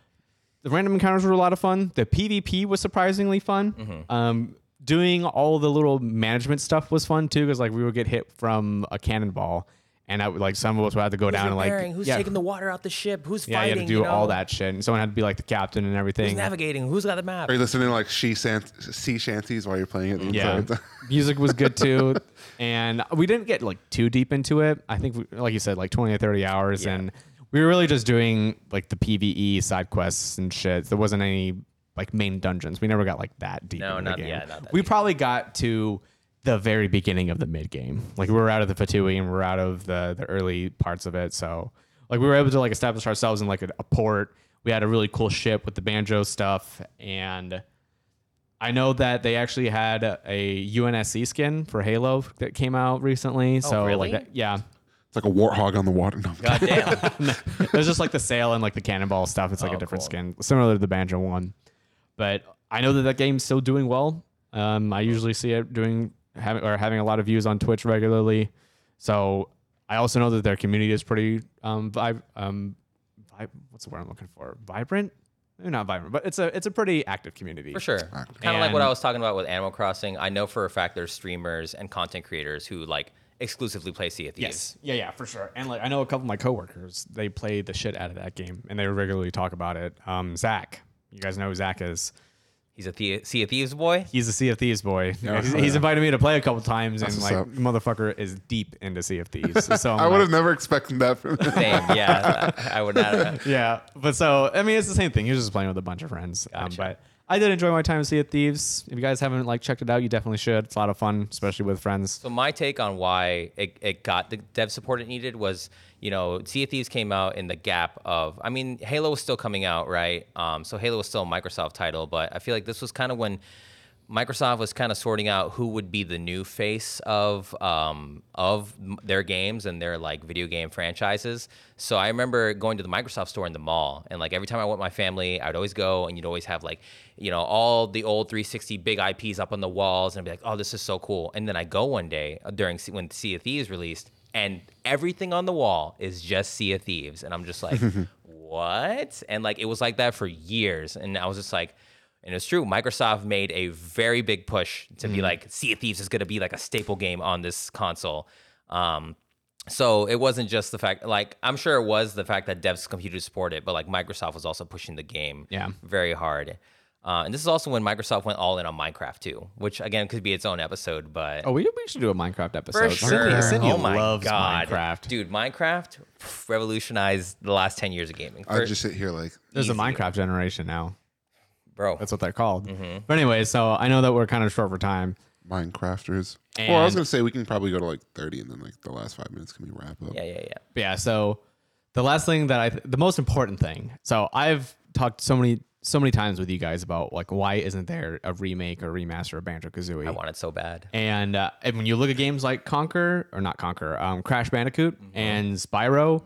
the random encounters were a lot of fun. The PvP was surprisingly fun. Um, doing all the little management stuff was fun too, because like we would get hit from a cannonball, and I would like some of us would have to go down and
repairing?
like
Who's
yeah,
taking the water out the ship? Who's
yeah, you
fighting?
had to do
you know?
all that shit, and someone had to be like the captain and
Who's
everything.
navigating? Who's got the map?
Are you listening to like she san- sea shanties while you're playing it? the
yeah,
entire time?
music was good too, and we didn't get like too deep into it. I think, we, like you said, like twenty or thirty hours,
Yeah.
and we were really just doing like the PVE side quests and shit. There wasn't any like main dungeons. We never got like that deep.
No,
into
not-
the game.
yeah, not that
we probably got to the very beginning of the mid game. Like we were out of the Fatui and we are out of the the early parts of it. So like we were able to like establish ourselves in like a, a port. We had a really cool ship with the banjo stuff and. I know that they actually had a UNSC skin for Halo that came out recently. so
Oh, really?
like that, yeah.
It's like a warthog on the water. No,
God damn.
There's just like the sail and like the cannonball stuff. It's like
Oh,
a different
cool.
skin, similar to the banjo one. But I know that that game's still doing well. Um, I usually see it doing having or having a lot of views on Twitch regularly. So I also know that their community is pretty um vib um vib- what's the word I'm looking for vibrant. Maybe not vibrant, but it's a it's a pretty active community
For sure. Kind of like what
And-
I was talking about with Animal Crossing. I know for a fact there's streamers and content creators who like exclusively play Sea of Thieves.
Yes. Yeah, yeah, for sure. And like I know a couple of my coworkers, they play the shit out of that game and they regularly talk about it. Um Zach. You guys know who Zach is.
He's a the- Sea of Thieves boy.
He's a Sea of Thieves boy. he's,
yeah.
he's invited me to play a couple times and
what's
like
up.
motherfucker is deep into Sea of Thieves. So I'm
I would
like,
have never expected that from him.
Same. Yeah. I, I would not.
yeah. But so I mean, it's the same thing. You're just playing with a bunch of friends. Um, but I did enjoy my time at Sea of Thieves. If you guys haven't like checked it out, you definitely should. It's a lot of fun, especially with friends.
So my take on why it, it got the dev support it needed was, you know, Sea of Thieves came out in the gap of, I mean, Halo was still coming out, right? Um, so Halo was still a Microsoft title, but I feel like this was kind of when Microsoft was kind of sorting out who would be the new face of um, of m- their games and their like video game franchises. So I remember going to the Microsoft store in the mall, and like every time I went with my family, I'd always go, and you'd always have like, you know, all the old 360 big IPs up on the walls, and I'd be like, oh, this is so cool. And then I go one day uh, during Se- when Sea of Thieves released, and everything on the wall is just Sea of Thieves, and I'm just like, what? And like it was like that for years, and I was just like. And it's true. Microsoft made a very big push to be like Sea of Thieves is going to be like a staple game on this console. Um, so it wasn't just the fact, like I'm sure it was the fact that devs computer support it, but like Microsoft was also pushing the game
Yeah.
very hard. Uh, and this is also when Microsoft went all in on Minecraft too, which again could be its own episode, but
Oh, we, we should do a Minecraft episode.
for
Cynthia,
sure.
Cynthia
oh my
loves
god,
Minecraft.
dude! Minecraft pff, revolutionized the last ten years of gaming.
I
For-
just sit here like
There's
easy.
a Minecraft generation now.
bro,
That's what they're called. But anyway, so I know that we're kind of short for time.
Minecrafters. well, I was
And-
gonna say we can probably go to like thirty, and then like the last five minutes can be wrap up.
yeah, yeah, yeah.
But yeah, so the last thing that I, the most important thing. So I've talked so many, so many times with you guys about like why isn't there a remake or remaster of Banjo Kazooie?
I want it so bad.
And, uh, and when you look at games like Conquer or not Conquer, um, Crash Bandicoot
Mm-hmm.
and Spyro,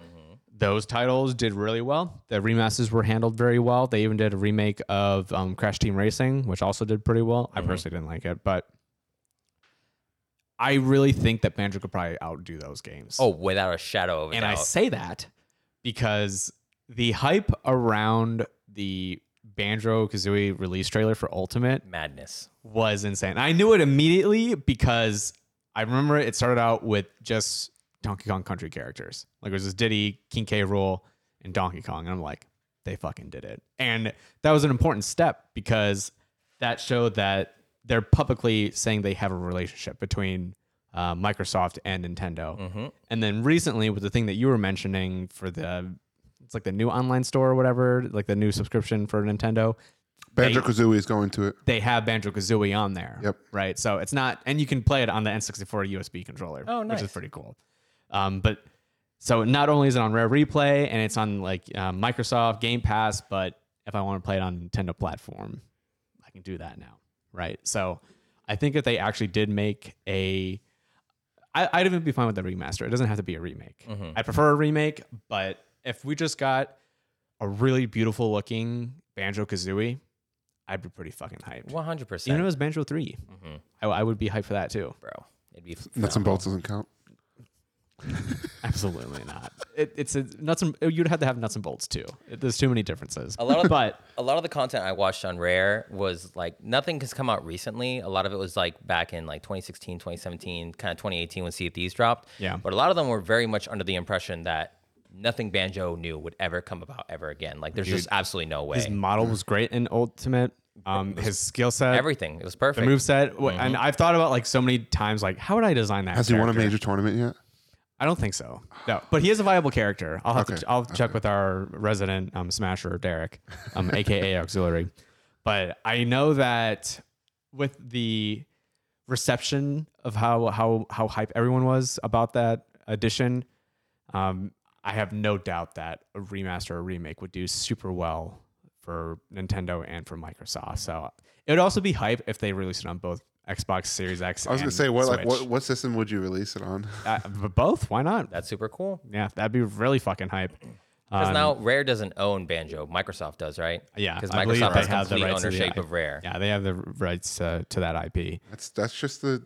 those titles did really well. The remasters were handled very well. They even did a remake of um, Crash Team Racing, which also did pretty well.
Mm-hmm.
I personally didn't like it, but I really think that Banjo could probably outdo those games.
Oh, without a shadow of a
and I
doubt.
say that because the hype around the Banjo Kazooie release trailer for Ultimate
madness.
was insane. I knew it immediately because I remember it started out with just Donkey Kong Country characters. Like it was just Diddy, King K. Rule, and Donkey Kong. And I'm like, they fucking did it. And that was an important step because that showed that they're publicly saying they have a relationship between uh, Microsoft and Nintendo. And then recently, with the thing that you were mentioning for the, it's like the new online store or whatever, like the new subscription for Nintendo
Banjo Kazooie is going to it.
they have Banjo Kazooie on there.
Yep.
Right. So it's not, and you can play it on the N64 USB controller.
Oh,
Which
nice.
is pretty cool. Um, but so not only is it on Rare Replay and it's on like um, Microsoft Game Pass, but if I want to play it on Nintendo platform, I can do that now. Right. So I think if they actually did make a, I, I'd even be fine with a remaster. It doesn't have to be a remake. I prefer a remake, but if we just got a really beautiful looking Banjo Kazooie, I'd be pretty fucking hyped.
One hundred
Even if it
percent,
was Banjo Mm-hmm. 3, I, I would be hyphed for that too.
bro. It'd be
Nuts and bolts doesn't count.
Absolutely not. It, it's a nuts and oh, you'd have to have nuts and bolts too. It, there's too many differences.
A lot of
but
a lot of the content I watched on Rare was like nothing has come out recently. A lot of it was like back in like 2016, 2017, kind of 2018 when Sea of Thieves dropped.
Yeah.
But a lot of them were very much under the impression that nothing Banjo knew would ever come about ever again. Like there's just absolutely no way.
his model was great in Ultimate. Um, his skill set,
Everything it was perfect.
the move set, and I've thought about like so many times, like how would I design that?
Has he won a
character?
major tournament yet?
I don't think so. No, but he is a viable character. I'll have
Okay,
to I'll check with our resident um, smasher Derek, um, aka Auxiliary. But I know that with the reception of how how how hype everyone was about that edition, um, I have no doubt that a remaster or remake would do super well for Nintendo and for Microsoft. So it would also be hype if they released it on both Xbox Series X. Uh,
I was gonna say what like what, what system would you release it on?
both? Why not?
That's super cool.
Yeah, that'd be really fucking hype.
Because
Um,
now Rare doesn't own Banjo. Microsoft does, right?
yeah,
Because
I believe
Microsoft
they
has
have the
complete
rights to the
ownership
I-
of Rare.
yeah, they have the rights uh, to that IP.
That's that's just the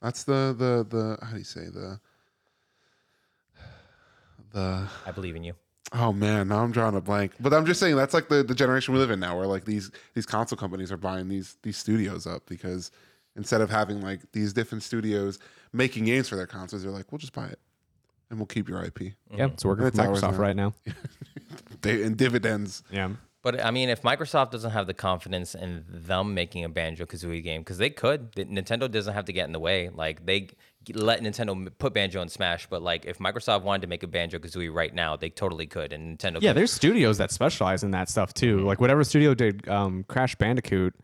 that's the the the how do you say the the
I believe in you.
oh man now I'm drawing a blank but I'm just saying that's like the, the generation we live in now where like these these console companies are buying these these studios up because instead of having like these different studios making games for their consoles they're like we'll just buy it and we'll keep your IP
Yeah, it's working for
That's ours
Microsoft
now.
right now.
they and dividends
Yeah,
But I mean, if Microsoft doesn't have the confidence in them making a Banjo Kazooie game, because they could, The- Nintendo doesn't have to get in the way. Like they g- let Nintendo m- put Banjo in Smash, but like if Microsoft wanted to make a Banjo Kazooie right now, they totally could, and Nintendo.
yeah.
could.
There's studios that specialize in that stuff too.
Mm-hmm.
Like whatever studio did um, Crash Bandicoot,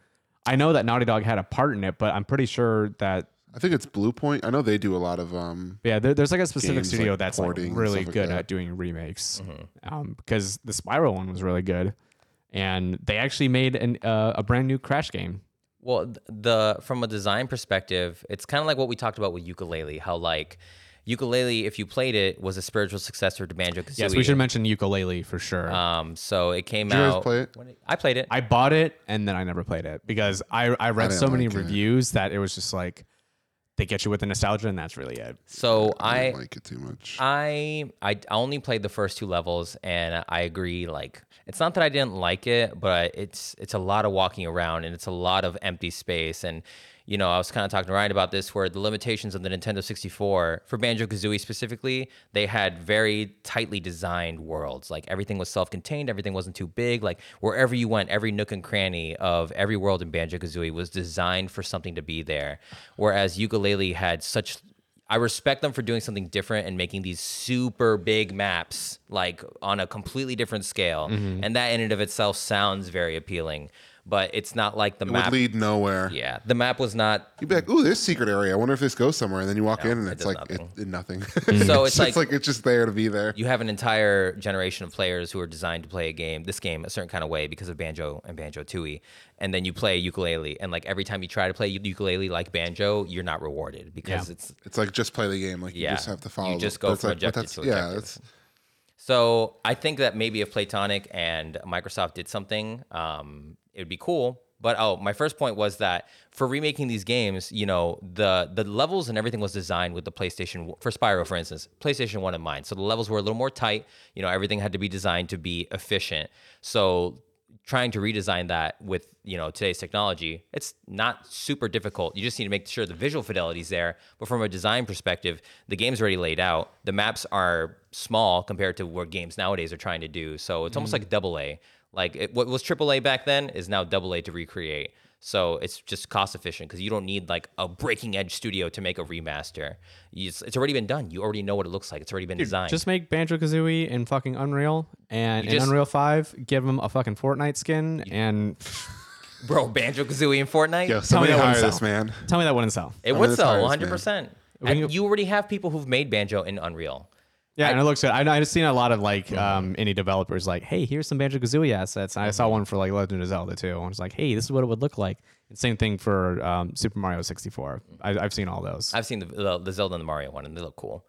I know that Naughty Dog had a part in it, but I'm pretty sure that
I think it's Blue Point I know they do a lot of um
yeah, there, there's like a specific
Games,
studio
like,
that's like
porting and
really
stuff like
good
that.
at doing remakes.
Mm-hmm.
Um, because the Spiral one was really good, and they actually made an uh, a brand new Crash game.
Well, th- the from a design perspective, it's kind of like what we talked about with ukulele. How like ukulele, if you played it, was a spiritual successor to Banjo Kazooie.
Yes, we should mention Ukulele for sure.
Um, so it came
you guys
out.
play it?
when I played it.
I bought it and then I never played it because I, I read
didn't
so many
like it.
reviews that it was just like they get you with the nostalgia and that's really it.
so
I
I
don't like it too much
I I only played the first two levels, and I agree. Like, it's not that I didn't like it, but it's it's a lot of walking around, and it's a lot of empty space. And you know, I was kind of talking to Ryan about this, where the limitations of the Nintendo 64 for Banjo Kazooie specifically, they had very tightly designed worlds. Like everything was self-contained, everything wasn't too big. Like wherever you went, every nook and cranny of every world in Banjo Kazooie was designed for something to be there. Whereas Ukulele had such I respect them for doing something different and making these super big maps like on a completely different scale. And that in and of itself sounds very appealing, but it's not like the
it
map.
would lead nowhere
yeah, the map was not.
You'd be like, "Ooh, there's a secret area. I wonder if this goes somewhere." And then you walk in, and
it
it's
does
like nothing. It, it- nothing.
So it's
just
like-
it's just there to be there.
You have an entire generation of players who are designed to play a game, this game, a certain kind of way because of Banjo and Banjo Tooie, and then you play ukulele, and like every time you try to play ukulele like Banjo, you're not rewarded because
Yeah.
it's
It's like just play the game. Like you
Yeah.
just have to follow.
You just go
the- but it's
from
like, but
objective
that's-
to
yeah,
objective.
that's
So I think that maybe if Platonic and Microsoft did something, um, it would be cool. But oh, my first point was that for remaking these games, you know, the the levels and everything was designed with the PlayStation for Spyro, for instance, PlayStation One in mind. So the levels were a little more tight. You know, everything had to be designed to be efficient. So trying to redesign that with you know today's technology it's not super difficult you just need to make sure the visual fidelity is there but from a design perspective the game's already laid out the maps are small compared to what games nowadays are trying to do so it's almost like double a like it, what was triple a back then is now double a to recreate so it's just cost efficient because you don't need like a breaking edge studio to make a remaster You- it's, it's already been done you already know what it looks like it's already been designed
Just make Banjo Kazooie and fucking Unreal and in
just-
Unreal 5, give them a fucking Fortnite skin and
bro banjo kazooie and fortnite
yo. Somebody
that wouldn't
hire this
sell.
man.
tell me that wouldn't sell.
It
I
would
mean,
sell 100.
it's hardest,
percent And you already have people who've made banjo in Unreal.
Yeah, and it looks good. I know I've seen a lot of like um, indie developers like, hey, here's some Banjo Kazooie assets. And I
Mm-hmm.
saw one for like Legend of Zelda too. And it's like, hey, this is what it would look like. And same thing for um, Super Mario 64. I, I've seen all those.
I've seen the, the, the Zelda and the Mario one, and they look cool.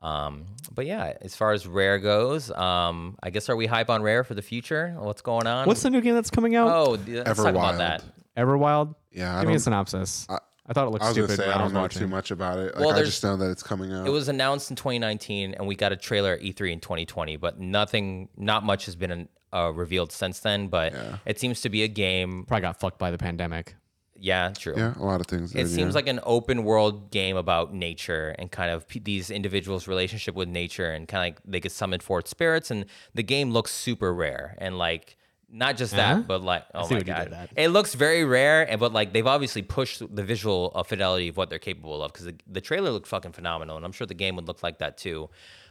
Um, but yeah, as far as Rare goes, um, I guess are we hype on Rare for the future? What's going on?
What's the new game that's coming out?
oh, th- let's talk about
Everwild.
that.
Everwild.
Yeah, I
give me a
don't-
synopsis.
I,
I thought it looked
I was gonna
stupid.
say
when
I
I
don't
was
know
watching.
too much about it. Like
Well,
I
there's-
just know that it's coming out.
It was announced in 2019, and we got a trailer at E3 in 2020, but nothing, not much has been uh, revealed since then. But it seems to be a game.
Probably got fucked by the pandemic.
Yeah, true.
yeah, a lot of things.
It seems like an open world game about nature and kind of p- these individuals' relationship with nature and kind of like they could summon forth spirits. And the game looks super rare and like not just that,
Huh?
but like oh
Uh-huh. see
my
what you did
god,
that.
it looks very rare. And but like they've obviously pushed the visual uh, fidelity of what they're capable of because the, the trailer looked fucking phenomenal, and I'm sure the game would look like that too.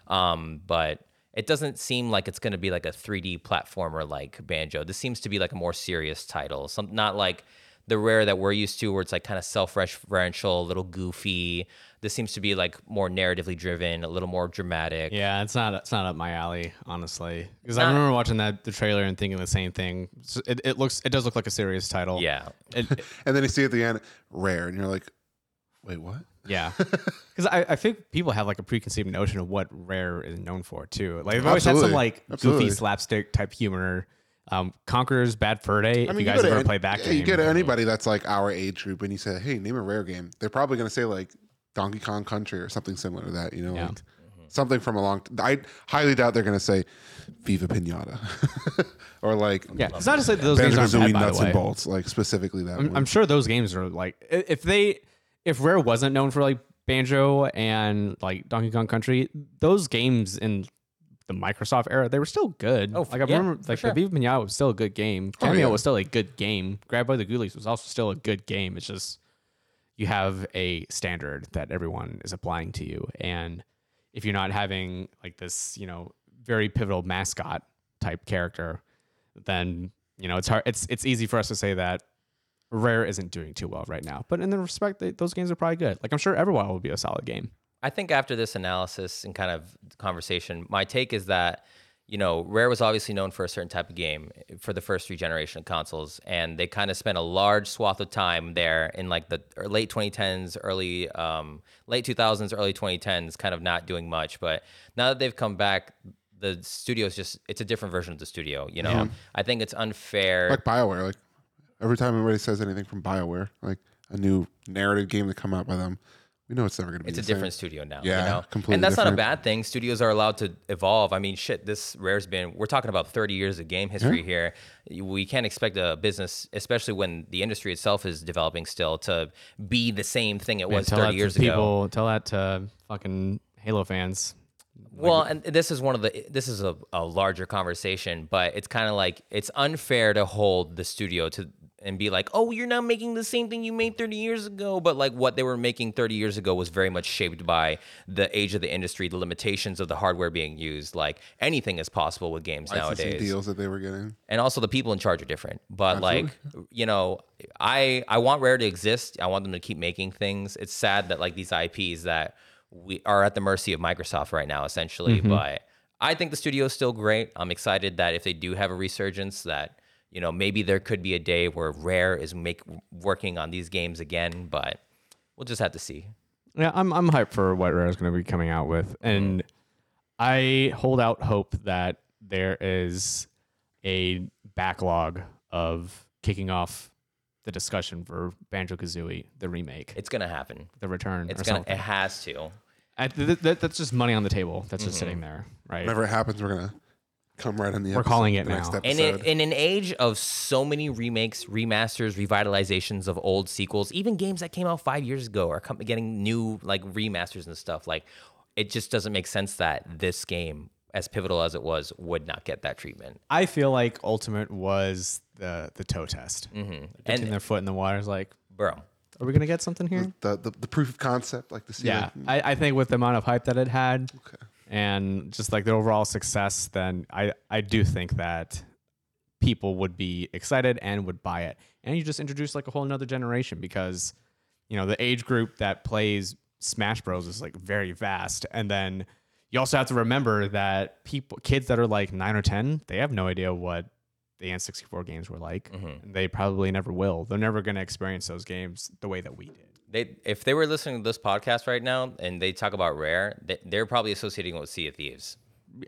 Um, but it doesn't seem like it's going to be like a 3D platformer like Banjo. This seems to be like a more serious title, some not like the rare that we're used to, where it's like kind of self-referential, a little goofy. This seems to be like more narratively driven, a little more dramatic.
Yeah, it's not it's not up my alley, honestly. Because I remember watching that the trailer and thinking the same thing. So it, it looks it does look like a serious title.
yeah.
It-
and then you see at the end, rare, and you're like, wait, what?
Yeah. Because I, I think people have like a preconceived notion of what Rare is known for too. Like they've always had
Absolutely.
some like
Absolutely.
goofy slapstick type humor. Um, Conqueror's Bad Fur Day. if you guys
go to
ever
an-
play that
yeah,
game,
you go to anybody that's like our age group, and you say, hey, name a rare game. They're probably gonna say like Donkey Kong Country or something similar to that. You know,
Yeah.
like
Mm-hmm.
something from a long. T- I highly doubt they're gonna say Viva Pinata or like
yeah, it's not to say that those games
Banjo
aren't bad, by
Kazooie Nuts
the way.
and Bolts, like specifically that
I'm,
one.
I'm sure those games are like i- if they if Rare wasn't known for like Banjo and like Donkey Kong Country, those games in the Microsoft era they were still good. Oh, like I
yeah,
remember
for
like
sure.
the Viva Pinata was still a good game.
Oh,
Cameo
yeah.
was still a good game. Grab by the Ghoulies was also still a good game. It's just you have a standard that everyone is applying to you, and if you're not having like this, you know, very pivotal mascot type character, then you know it's hard. It's it's easy for us to say that Rare isn't doing too well right now. But in the respect, they, those games are probably good. Like I'm sure Everwild will be a solid game.
I think after this analysis and kind of conversation, my take is that you know Rare was obviously known for a certain type of game for the first three generation of consoles, and they kind of spent a large swath of time there in like the er- late 2010s, early um, late 2000s, early 2010s, kind of not doing much. But now that they've come back. The studio is just—it's a different version of the studio, you know. I think it's unfair.
like Bioware. Like every time anybody says anything from Bioware, like a new narrative game that come out by them, we know it's never gonna be.
it's a
the same.
different studio now.
Yeah,
you know?
completely
And that's not a
different.
bad thing. Studios are allowed to evolve. I mean, shit, this Rare's been. We're talking about 30 years of game history here. We can't expect a business, especially when the industry itself is developing still, to be the same thing it was
tell
30
that
years
to
ago.
people. Tell that to fucking Halo fans.
Well, and this is one of the this is a, a larger conversation, but it's kind of like it's unfair to hold the studio to and be like, oh, you're not making the same thing you made 30 years ago. But like what they were making 30 years ago was very much shaped by the age of the industry, the limitations of the hardware being used. Like anything is possible with games
Licensing
nowadays
deals that they were getting.
and also the people in charge are different. But like, you know, I I want Rare to exist. I want them to keep making things. It's sad that like these IPs that we are at the mercy of Microsoft right now, essentially.
Mm-hmm.
But I think the studio is still great. I'm excited that if they do have a resurgence, that you know maybe there could be a day where Rare is make working on these games again. But we'll just have to see.
Yeah, I'm I'm hyped for what Rare is going to be coming out with, and I hold out hope that there is a backlog of kicking off the discussion for Banjo Kazooie, the remake,
It's gonna happen.
the return.
It's
or
gonna. e-
something.
It has to.
I- th- th- that's just money on the table. That's
Mm-hmm.
just sitting there, right?
Whenever it happens, we're gonna come right on the.
We're
episode-
calling it
the next
now.
In,
episode.
a, in an age of so many remakes, remasters, revitalizations of old sequels, even games that came out five years ago are com- getting new like remasters and stuff. Like, it just doesn't make sense that this game, as pivotal as it was, would not get that treatment.
I feel like Ultimate was the the toe test,
Mm-hmm. And-
and their foot in the water is like,
Bro,
are we gonna get something here?
the, the, the proof of concept, like the
Yeah, I, I think with the amount of hype that it had, and just like the overall success, then I I do think that people would be excited and would buy it. And you just introduce like a whole another generation because you know the age group that plays Smash Bros is like very vast, and then you also have to remember that people kids that are like nine or ten, they have no idea what the N64 games were like, and they probably never will. They're never going to experience those games the way that we did.
they if they were listening to this podcast right now and they talk about Rare, they, they're probably associating it with Sea of Thieves,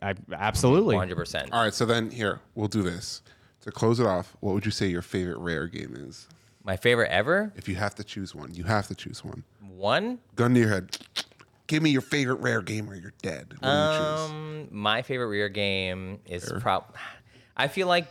I absolutely.
100%.
All right, so then here we'll do this to close it off. What would you say your favorite rare game is?
My favorite ever?
If you have to choose one, you have to choose one.
One?
Gun to your head. Give me your favorite rare game or you're dead. What do you choose?
Um, my favorite rear game is prob. I feel like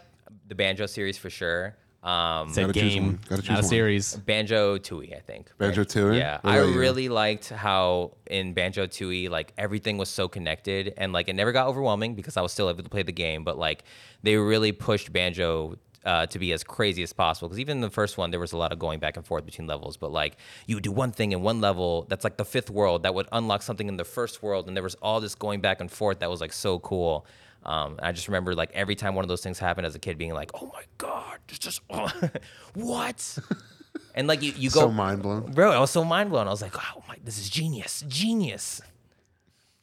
the Banjo series for sure. Um,
It's a
choose
game,
one. Gotta choose
not a
one.
series.
Banjo Tooie, I think.
Banjo Tooie?
Yeah,
What
I
about you?
really liked how in Banjo Tooie, like everything was so connected, and like it never got overwhelming because I was still able to play the game. But like they really pushed Banjo. Uh, to be as crazy as possible because even in the first one there was a lot of going back and forth between levels but like you would do one thing in one level that's like the fifth world that would unlock something in the first world and there was all this going back and forth that was like so cool um, I just remember like every time one of those things happened as a kid being like, oh my God, this just, what? and like you, you go,
So mind blown.
bro, I was so mind blown. I was like, oh my, this is genius, genius.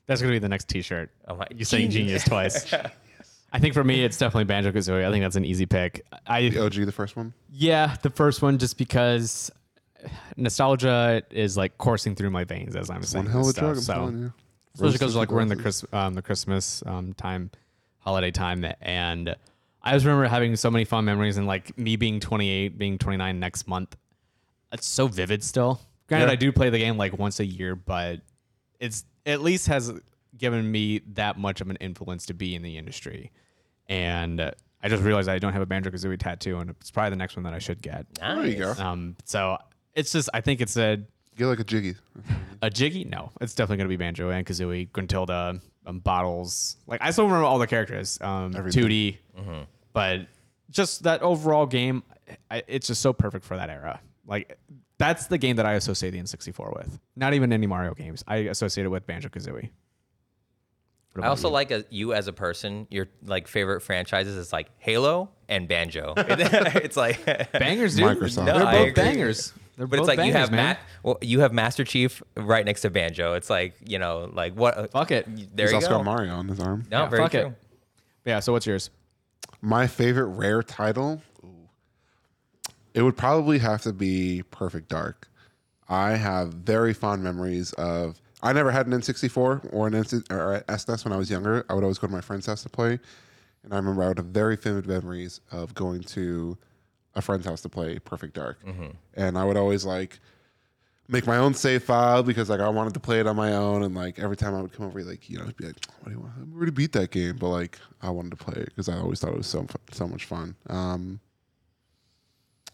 That's gonna be the next T-shirt.
Oh my-
you saying genius twice. I think for me, it's definitely Banjo Kazooie. I think that's an easy pick. I
The OG, the first one.
yeah, the first one just because nostalgia is like coursing through my veins as I'm saying
One hell of
this
a
stuff.
drug. I'm
so
telling you.
especially because
Roasted
like we're in the
glasses.
Chris, um, the Christmas um, time, holiday time, and I just remember having so many fun memories and like me being 28, being 29 next month. It's so vivid still. Granted,
Yeah.
I do play the game like once a year, but it's at least has given me that much of an influence to be in the industry. And uh, I just realized I don't have a Banjo Kazooie tattoo, and it's probably the next one that I should get.
There you go.
Um, so it's just I think it's a
Get like a jiggy.
a jiggy? No, it's definitely gonna be Banjo and Kazooie, Gruntilda, um, Bottles. Like I still remember all the characters. Um,
Everything. Mm-hmm.
2D, but just that overall game, I, it's just so perfect for that era. Like that's the game that I associate the N64 with. Not even any Mario games. I associate it with Banjo Kazooie.
I also like a, you as a person. Your like favorite franchises is like Halo and Banjo. it's like, but
Bangers, dude.
Microsoft.
They're
No,
both
I agree.
bangers. They're both
it's like
bangers,
you have
man.
Matt. Well, you have Master Chief right next to Banjo. It's like you know, like what? uh,
Fuck it.
There
He's
you
also
go.
got Mario on his arm.
no,
Yeah,
very
fuck it.
true.
Yeah. So what's yours?
My favorite rare title, Ooh. it would probably have to be Perfect Dark. I have very fond memories of. I never had an N64 or an N- or an SNES when I was younger. I would always go to my friend's house to play, and I remember I would have very vivid memories of going to a friend's house to play Perfect Dark, and I would always like make my own save file because like I wanted to play it on my own and like every time I would come over like you know I'd be like what do you want I already beat that game but like I wanted to play it because I always thought it was so fu- so much fun um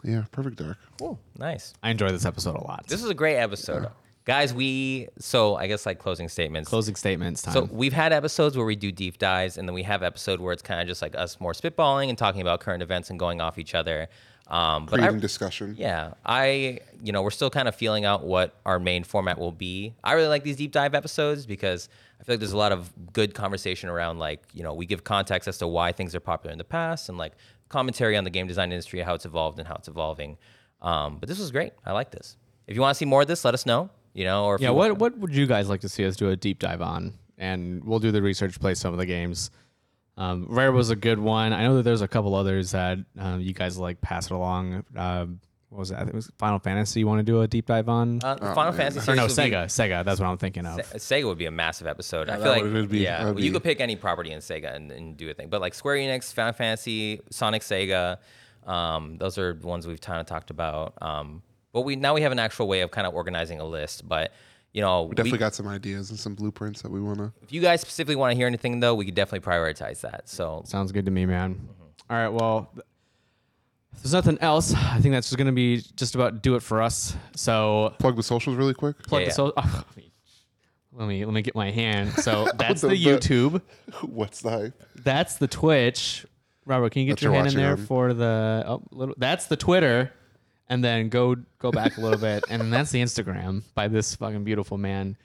yeah perfect dark
Cool. Nice.
I enjoy this episode a lot.
This is a great episode, guys. We so I guess like closing statements.
Closing statements time.
So we've had episodes where we do deep dives, and then we have episode where it's kind of just like us more spitballing and talking about current events and going off each other. Um, but I,
creating discussion
yeah, I you know we're still kind of feeling out what our main format will be. I really like these deep dive episodes because I feel like there's a lot of good conversation around like you know we give context as to why things are popular in the past and like commentary on the game design industry, how it's evolved and how it's evolving. Um, but this was great. I like this. If you want to see more of this, let us know. You know, or if
Yeah,
you
what what would you guys like to see us do a deep dive on? And we'll do the research, play some of the games. Um, Rare was a good one. I know that there's a couple others that um, you guys like pass it along. Um, what was that? I think it was Final Fantasy. You want to do a deep dive on?
uh, Final Fantasy
or
series
no,
would be-
Sega. Sega. That's what I'm thinking of.
Se- Sega would be a massive episode. I
that
feel like
would- it would be-
yeah,
that would
well, you
be-
could pick any property in Sega and, and do a thing. But like Square Enix, Final Fantasy, Sonic Sega, um, those are ones we've kind of talked about. Um, but we now we have an actual way of kind of organizing a list. But you know, we
definitely got some ideas and some blueprints that we want to
if you guys specifically want to hear anything though, we could definitely prioritize that. So
Sounds good to me, man.
Mm-hmm.
All right. Well, th- if there's nothing else. I think that's just gonna be just about do it for us. So
plug the socials really quick
plug
Yeah,
the so. let me let me get my hand. So that's
The-
the
the-
YouTube.
what's the hype
That's the Twitch. Robert, can you get
That
your
you're
hand in there
watching on.
for the oh, little, that's the Twitter, and then go go back a little bit, and then that's the Instagram by this fucking beautiful man,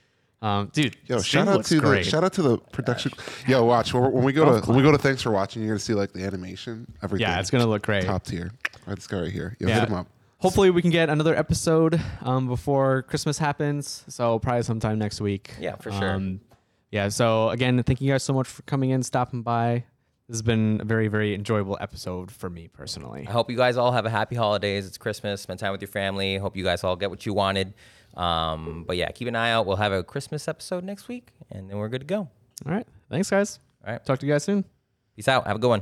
um, dude.
Yo,
this
shout
thing
out
looks
to
great.
the shout out to the production. Yo, watch when, when we go to when we go to thanks for watching, you're gonna see like the animation, everything.
yeah, it's gonna look great.
top tier. Let's go right here. Yo,
Yeah.
hit him up.
Hopefully, we can get another episode um, before Christmas happens. So probably sometime next week. Um,
Yeah, for sure.
yeah. So again, thank you guys so much for coming in, stopping by. This has been a very very enjoyable episode for me personally.
I hope you guys all have a happy holidays. It's Christmas. Spend time with your family. Hope you guys all get what you wanted. Um, but yeah, keep an eye out. We'll have a Christmas episode next week, and then we're good to go.
All right, thanks guys.
All right.
Talk to you guys soon.
Peace out. Have a good one.